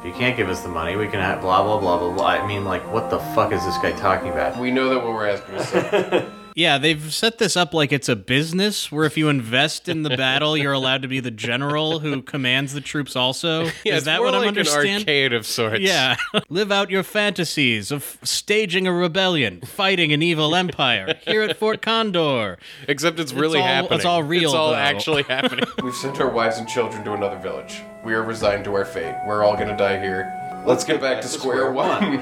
If you can't give us the money, we can have blah blah blah blah blah. I mean, like, what the fuck is this guy talking about? we know that what we're asking (laughs) is simple. Yeah, they've set this up like it's a business where if you invest in (laughs) the battle, you're allowed to be the general who commands the troops. (laughs) Also, Yeah, is it's that more what I'm like an understanding? arcade of sorts. (laughs) Yeah, (laughs) live out your fantasies of staging a rebellion, fighting an evil empire here at Fort Condor. Except it's really all- happening. it's all real, It's all though. actually (laughs) happening. We've sent our wives and children to another village. We are resigned to our fate. We're all gonna die here. Let's, get back to square, one.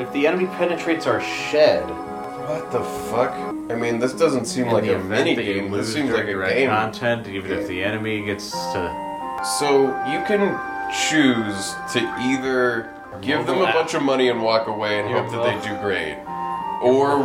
If the enemy penetrates our shed, (laughs) what the fuck? I mean, this doesn't seem like in the a event mini that you game. This lose seems their like a direct game. content, even Yeah. if the enemy gets to So you can choose to either give them a mobile bunch of money and walk away and Your hope that they do mobile- great, or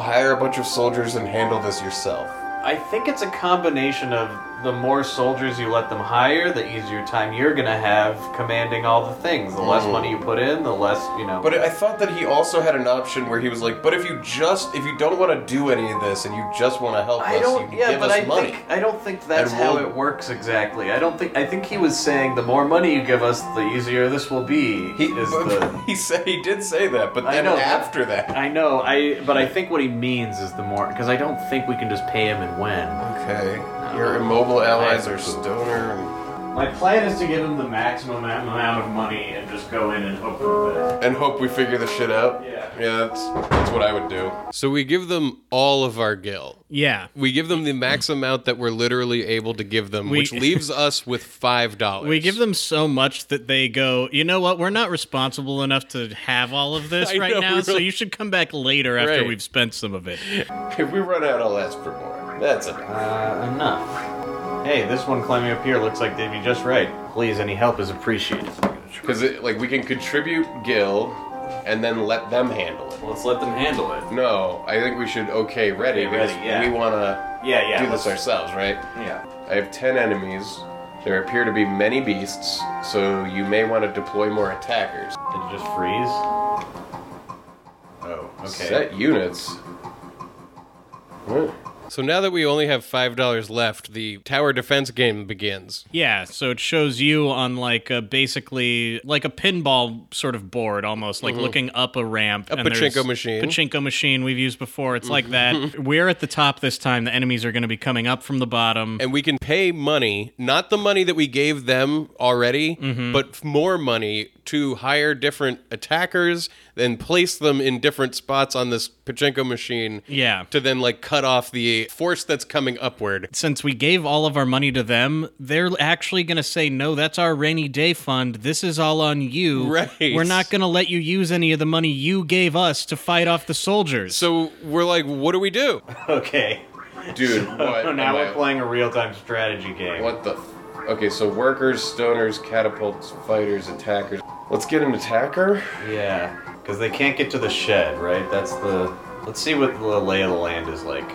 hire a bunch of soldiers and handle this yourself. I think it's a combination of the more soldiers you let them hire, the easier time you're gonna have commanding all the things. The less money you put in, the less you know. But I thought that he also had an option where he was like, "But if you just if you don't want to do any of this and you just want to help I us, don't. you Yeah, give but us I money." think I don't think that's And how we'll- it works exactly. I don't think. I think he was saying the more money you give us, the easier this will be. he, is but- the (laughs) he said he did say that, but I then know, but- after that, (laughs) I know, I but I think what he means is the more because I don't think we can just pay him and when. okay, your immobile allies are stoner. And- My plan is to give him the maximum amount of money and just go in and hope for the and hope we figure this shit out. Yeah. yeah, that's that's what I would do. So we give them all of our gil. Yeah. We give them the max amount that we're literally able to give them, We- which leaves us with five dollars. (laughs) We give them so much that they go, you know what? We're not responsible enough to have all of this I right know, now, we're so like- you should come back later after Right. we've spent some of it. If we run out, I'll ask for more. That's enough. Uh, enough. Hey, this one climbing up here looks like they'd be just right. Please, any help is appreciated. Because like we can contribute Gil, and then let them handle it. Let's let them handle it. No, I think we should okay ready Okay, because ready, yeah. we want to Yeah, yeah. do this let's- ourselves, right? Yeah. I have 10 enemies. There appear to be many beasts, so you may want to deploy more attackers. Did it just freeze? Oh, okay. Set units. What? so now that we only have five dollars left, the tower defense game begins. Yeah, so it shows you on like a basically like a pinball sort of board almost, like looking up a ramp. A Mm-hmm. pachinko machine. Mm-hmm. Pachinko machine we've used before. It's like (laughs) that. We're at the top this time. The enemies are going to be coming up from the bottom. And we can pay money, not the money that we gave them already, but f- more money to hire different attackers, then place them in different spots on this pachinko machine. Yeah. To then like cut off the force that's coming upward. since we gave all of our money to them, they're actually going to say, no, that's our rainy day fund. This is all on you. Right. We're not going to let you use any of the money you gave us to fight off the soldiers. So we're like, what do we do? (laughs) Okay. (laughs) Dude, what? So am now I- we're playing a real-time strategy game. What the? F- okay, so workers, stoners, catapults, fighters, attackers. Let's get an attacker. Yeah, because they can't get to the shed, right? That's the. Let's see what the lay of the land is like.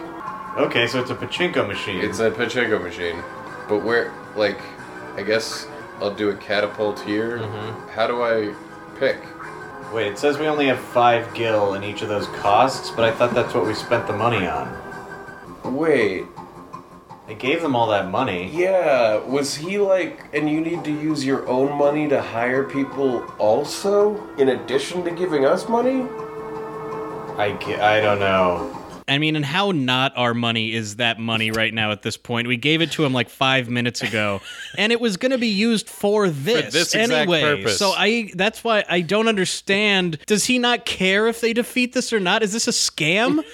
Okay, so it's a pachinko machine. It's a pachinko machine, but where? Like, I guess I'll do a catapult here. Mm-hmm. How do I pick? Wait, it says we only have five gil in each of those costs, but I thought that's what we spent the money on. Wait, I gave them all that money. Yeah, was he like, and you need to use your own money to hire people also? In addition to giving us money? I, ge- I don't know. I mean, and how not our money is that money right now at this point? We gave it to him like five (laughs) minutes ago, and it was going to be used for this, this exact anyway. purpose. So I that's why I don't understand. Does he not care if they defeat this or not? Is this (laughs) a scam?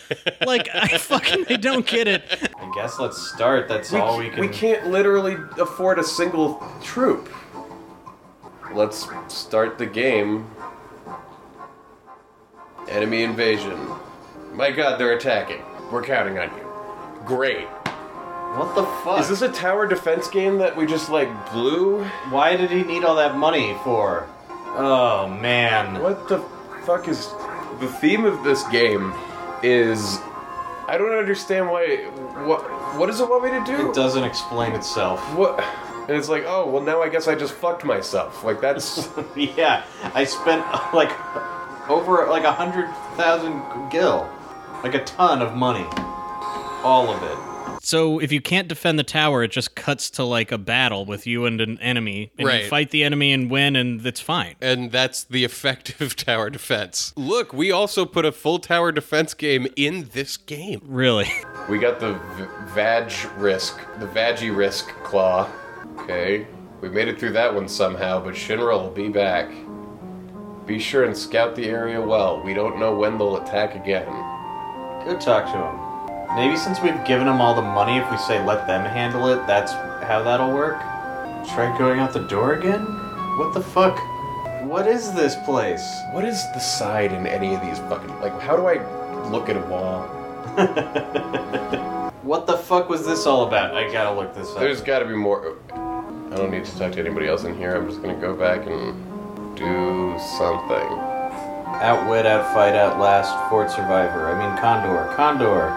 like I fucking I don't get it. I guess let's start. That's all we can. We can't literally afford a single troop. Let's start the game. Enemy invasion. My god, they're attacking. We're counting on you. Great. What the fuck? Is this a tower defense game that we just like blew? Why did he need all that money for? Oh man. What the fuck is the theme of this game? Is I don't understand why. What what does it want me to do? It doesn't explain itself. What? And it's like, oh well, now I guess I just fucked myself. Like that's (laughs) yeah, I spent like over like a hundred thousand gil, like a ton of money, all of it. So if you can't defend the tower, it just cuts to like a battle with you and an enemy, and Right. you fight the enemy and win, and that's fine. And that's the effective (laughs) tower defense. Look, we also put a full tower defense game in this game. Really, we got the v- vag risk, the vaggy risk claw. Okay, we made it through that one somehow, but Shinra will be back. Be sure and scout the area well. We don't know when they'll attack again. Go talk to him. Maybe since we've given him all the money, if we say let them handle it, that's how that'll work. Try going out the door again? What the fuck? What is this place? (laughs) What is the side in any of these fucking like? How do I look at a wall? What the fuck was this all about? I gotta look this up. There's got to be more. I don't need to talk to anybody else in here. I'm just gonna go back and do something. Outwit, outfight, outlast, fort survivor. I mean, Condor. Condor.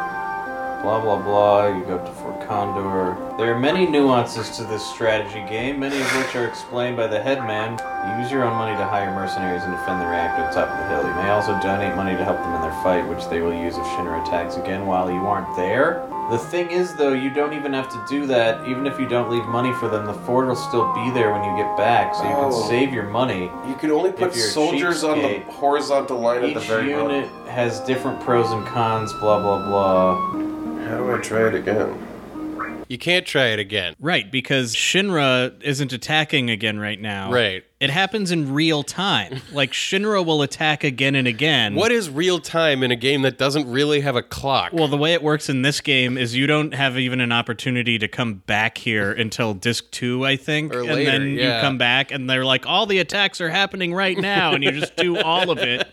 blah blah blah. You go up to Fort Condor. There are many nuances to this strategy game, many of which are explained by the headman. You use your own money to hire mercenaries and defend the reactor at the top of the hill. You may also donate money to help them in their fight, which they will use if Shinra attacks again while you aren't there. The thing is, though, you don't even have to do that. Even if you don't leave money for them, the fort will still be there when you get back, so you Oh. can save your money. You can only put If you're a soldiers on the cheapskate, horizontal line at Each the very unit bottom. has different pros and cons, blah blah blah. How do I try it again? You can't try it again. Right, because Shinra isn't attacking again right now. Right. It happens in (laughs) real time. Like Shinra will attack again and again. What is real time in a game that doesn't really have a clock? Well, the way it works in this game is you don't have even an opportunity to come (laughs) back here until disc two, I think. Or and later, then yeah. you come back and they're like, all the attacks are happening right now. And you just do all (laughs) of it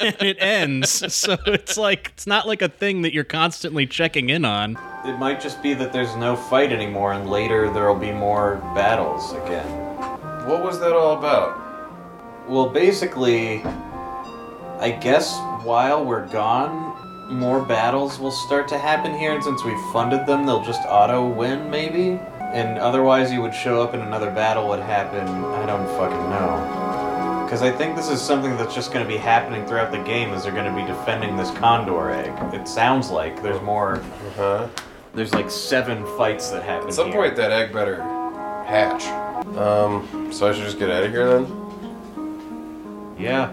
and it ends. So it's like, it's not like a thing that you're constantly checking in on. It might just be that there's no fight anymore, and later there'll be more battles again. What was that all about? Well, basically, I guess while we're gone, more battles will start to happen here, and since we funded them, they'll just auto win, maybe? And otherwise, you would show up and another battle would happen. I don't fucking know. Because I think this is something that's just going to be happening throughout the game, is they're going to be defending this condor egg. It sounds like there's more. Huh? There's like seven fights that happen. At some here. point, that egg better hatch. Um, so I should just get out of here then? Yeah.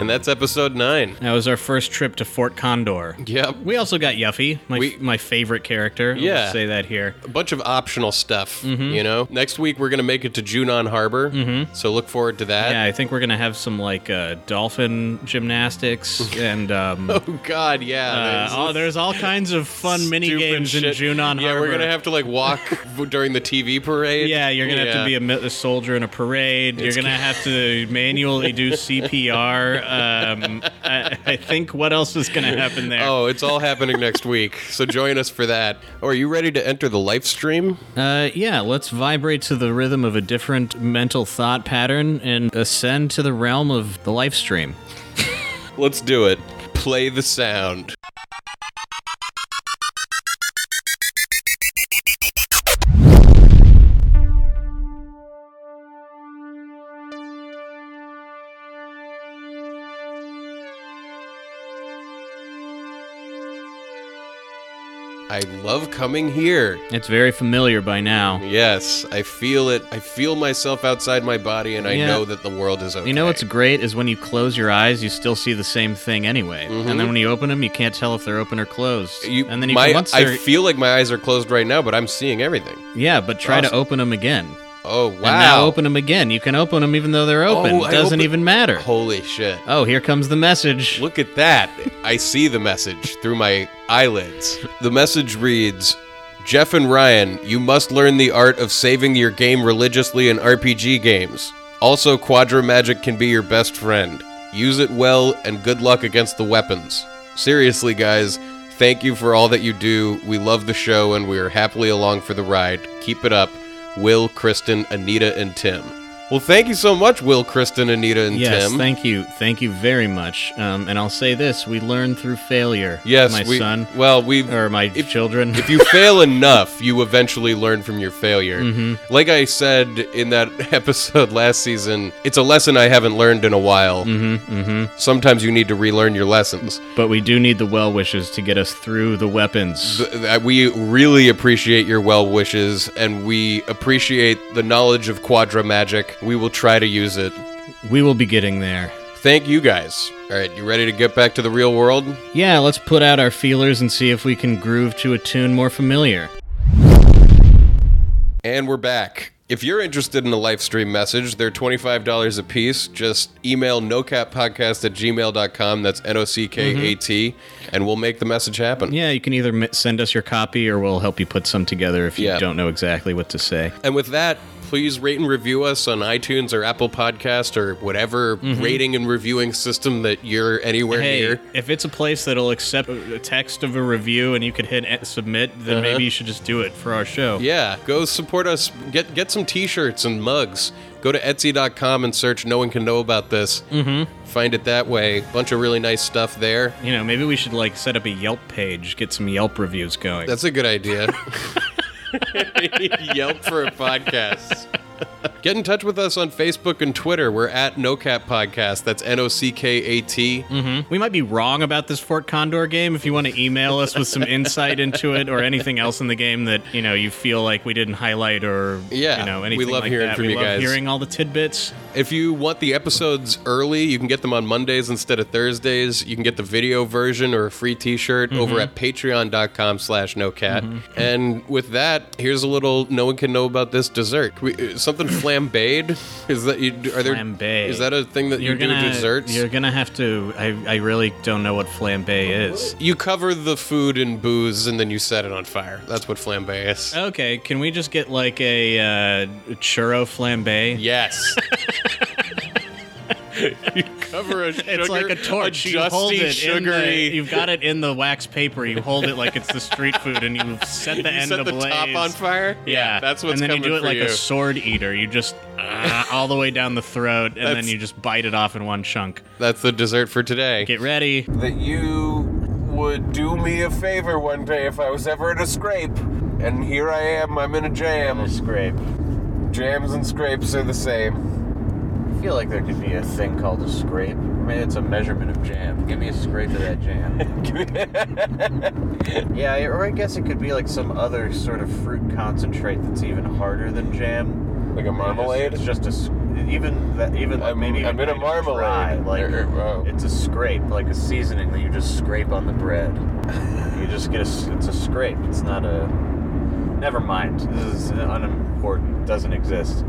and that's episode nine. That was our first trip to Fort Condor. Yep. We also got Yuffie, my, We- my favorite character. I'll Yeah. Uh, just say that here. A bunch of optional stuff, Mm-hmm. you know? Next week, we're going to make it to Junon Harbor. Mm-hmm. So look forward to that. Yeah, I think we're gonna have some like uh, dolphin (laughs) gymnastics and um, uh, Oh, God, yeah. There's- oh, there's all kinds of fun mini stupid games in shit. Junon Harbor. Yeah, we're gonna have to like (laughs) walk v- during the TV parade. Yeah, you're gonna have to be Yeah. a, mi- a soldier in a parade. You're gonna have to (laughs) manually do CPR. Um, I, I think what else is gonna happen there? Oh, it's all happening next week. So join us for that. Oh, are you ready to enter the live stream? Uh, yeah, let's vibrate to the rhythm of a different mental thought pattern and ascend to the realm of the live stream. Let's do it. Play the sound. I love coming here. It's very familiar by now. Yes, I feel it. I feel myself outside my body, and I Yeah. know that the world is okay. You know what's great is when you close your eyes, you still see the same thing anyway. And then when you open them, you can't tell if they're open or closed. Mm-hmm. You, and then you my, can once I they're- feel like my eyes are closed right now, but I'm seeing everything. yeah, but try to Awesome. open them again. Oh And now wow! open them again. You can open them even though they're open. Oh, it I doesn't open- even matter. Holy shit! Oh, here comes the message. Look at that! I see the message through my eyelids. The message reads. Jeff and Ryan, you must learn the art of saving your game religiously in RPG games. Also, Quadra Magic can be your best friend. Use it well, and good luck against the weapons. Seriously, guys, thank you for all that you do. We love the show, and we are happily along for the ride. Keep it up. Will, Kristen, Anita, and Tim. Well, thank you so much, Will, Kristen, Anita, and Yes, Tim. thank you, thank you very much. Um, and I'll say this: we learn through failure. yes, my we, son Well, we or my if- children. if you fail enough, you eventually learn from your failure. Like I said in that (laughs) episode last season, it's a lesson I haven't learned in a while. Mm-hmm, mm-hmm. Sometimes you need to relearn your lessons. but we do need the well wishes to get us through the weapons. Th- that we really appreciate your well wishes, and we appreciate the knowledge of Quadra magic. We will try to use it. we will be getting there. Thank you guys. All right, you ready to get back to the real world? Yeah, let's put out our feelers and see if we can groove to a tune more familiar. And we're back. If you're interested in a live stream message, they're $25 a piece. Just email nocappodcast at gmail.com. That's N O C K A T. And we'll make the message happen. Mm-hmm. Yeah, you can either mi- send us your copy or we'll help you put some together if you Yeah. don't know exactly what to say. And with that, please rate and review us on iTunes or Apple Podcast or whatever rating and reviewing system that you're anywhere Mm-hmm. Hey, near. if it's a place that'll accept a a text of a review and you could hit e- submit, then maybe you should just do it for our show. Uh-huh. Yeah, go support us. Get get some T-shirts and mugs. Go to Etsy.com and search "No one can know about this." Mm-hmm. Find it that way. Bunch of really nice stuff there. You know, maybe we should like set up a Yelp page, get some Yelp reviews going. That's a good idea. (laughs) Yelp for a podcast. Get in touch with us on Facebook and Twitter. We're at NoCap Podcast. That's N O C K A T. we might be wrong about this Fort Condor game. If you want to email us with some insight into it or anything else in the game that you know you feel like we didn't highlight or Yeah, you know we anything love like hearing that. from we you love guys. Hearing all the tidbits. If you want the episodes early, you can get them on Mondays instead of Thursdays. You can get the video version or a free T-shirt over at patreon.com slash nocat. And with that, here's a little no one can know about this dessert. We, uh, (laughs) something flambéed? Is that you? Are there? Flambé. Is that a thing that you You're do gonna desserts? You're gonna have to. I I really don't know what flambe is. You cover the food in booze and then you set it on fire. That's what flambé is. Okay, can we just get like a uh, churro flambe? (laughs) Yes. you cover a sugar, It's like a torch. you dusty, hold it sugary. In the, you've got it in the wax paper. You hold it like it's the street food, and you set the you end set the ablaze. top on fire. Yeah, that's what's And then coming you do it for like you. a sword eater. You just uh, all the way down the throat, and then That's- you just bite it off in one chunk. that's the dessert for today. Get ready. that you would do me a favor one day if I was ever in a scrape. And here I am, I'm in a jam. Scrape. Jams and scrapes are the same. I feel like there could be a thing called a scrape. Or maybe it's a measurement of jam. Give me a scrape of that (laughs) jam. yeah, or I guess it could be like some other sort of fruit concentrate that's even harder than jam. Like a marmalade? It's just a s- even that even I'm- maybe I'm even in kind of a marmalade. dry, uh, like Or- or- it's a scrape, like a seasoning that you just scrape on the bread. you just get a s- it's a scrape. It's not a. Never mind. This is unimportant. Doesn't exist.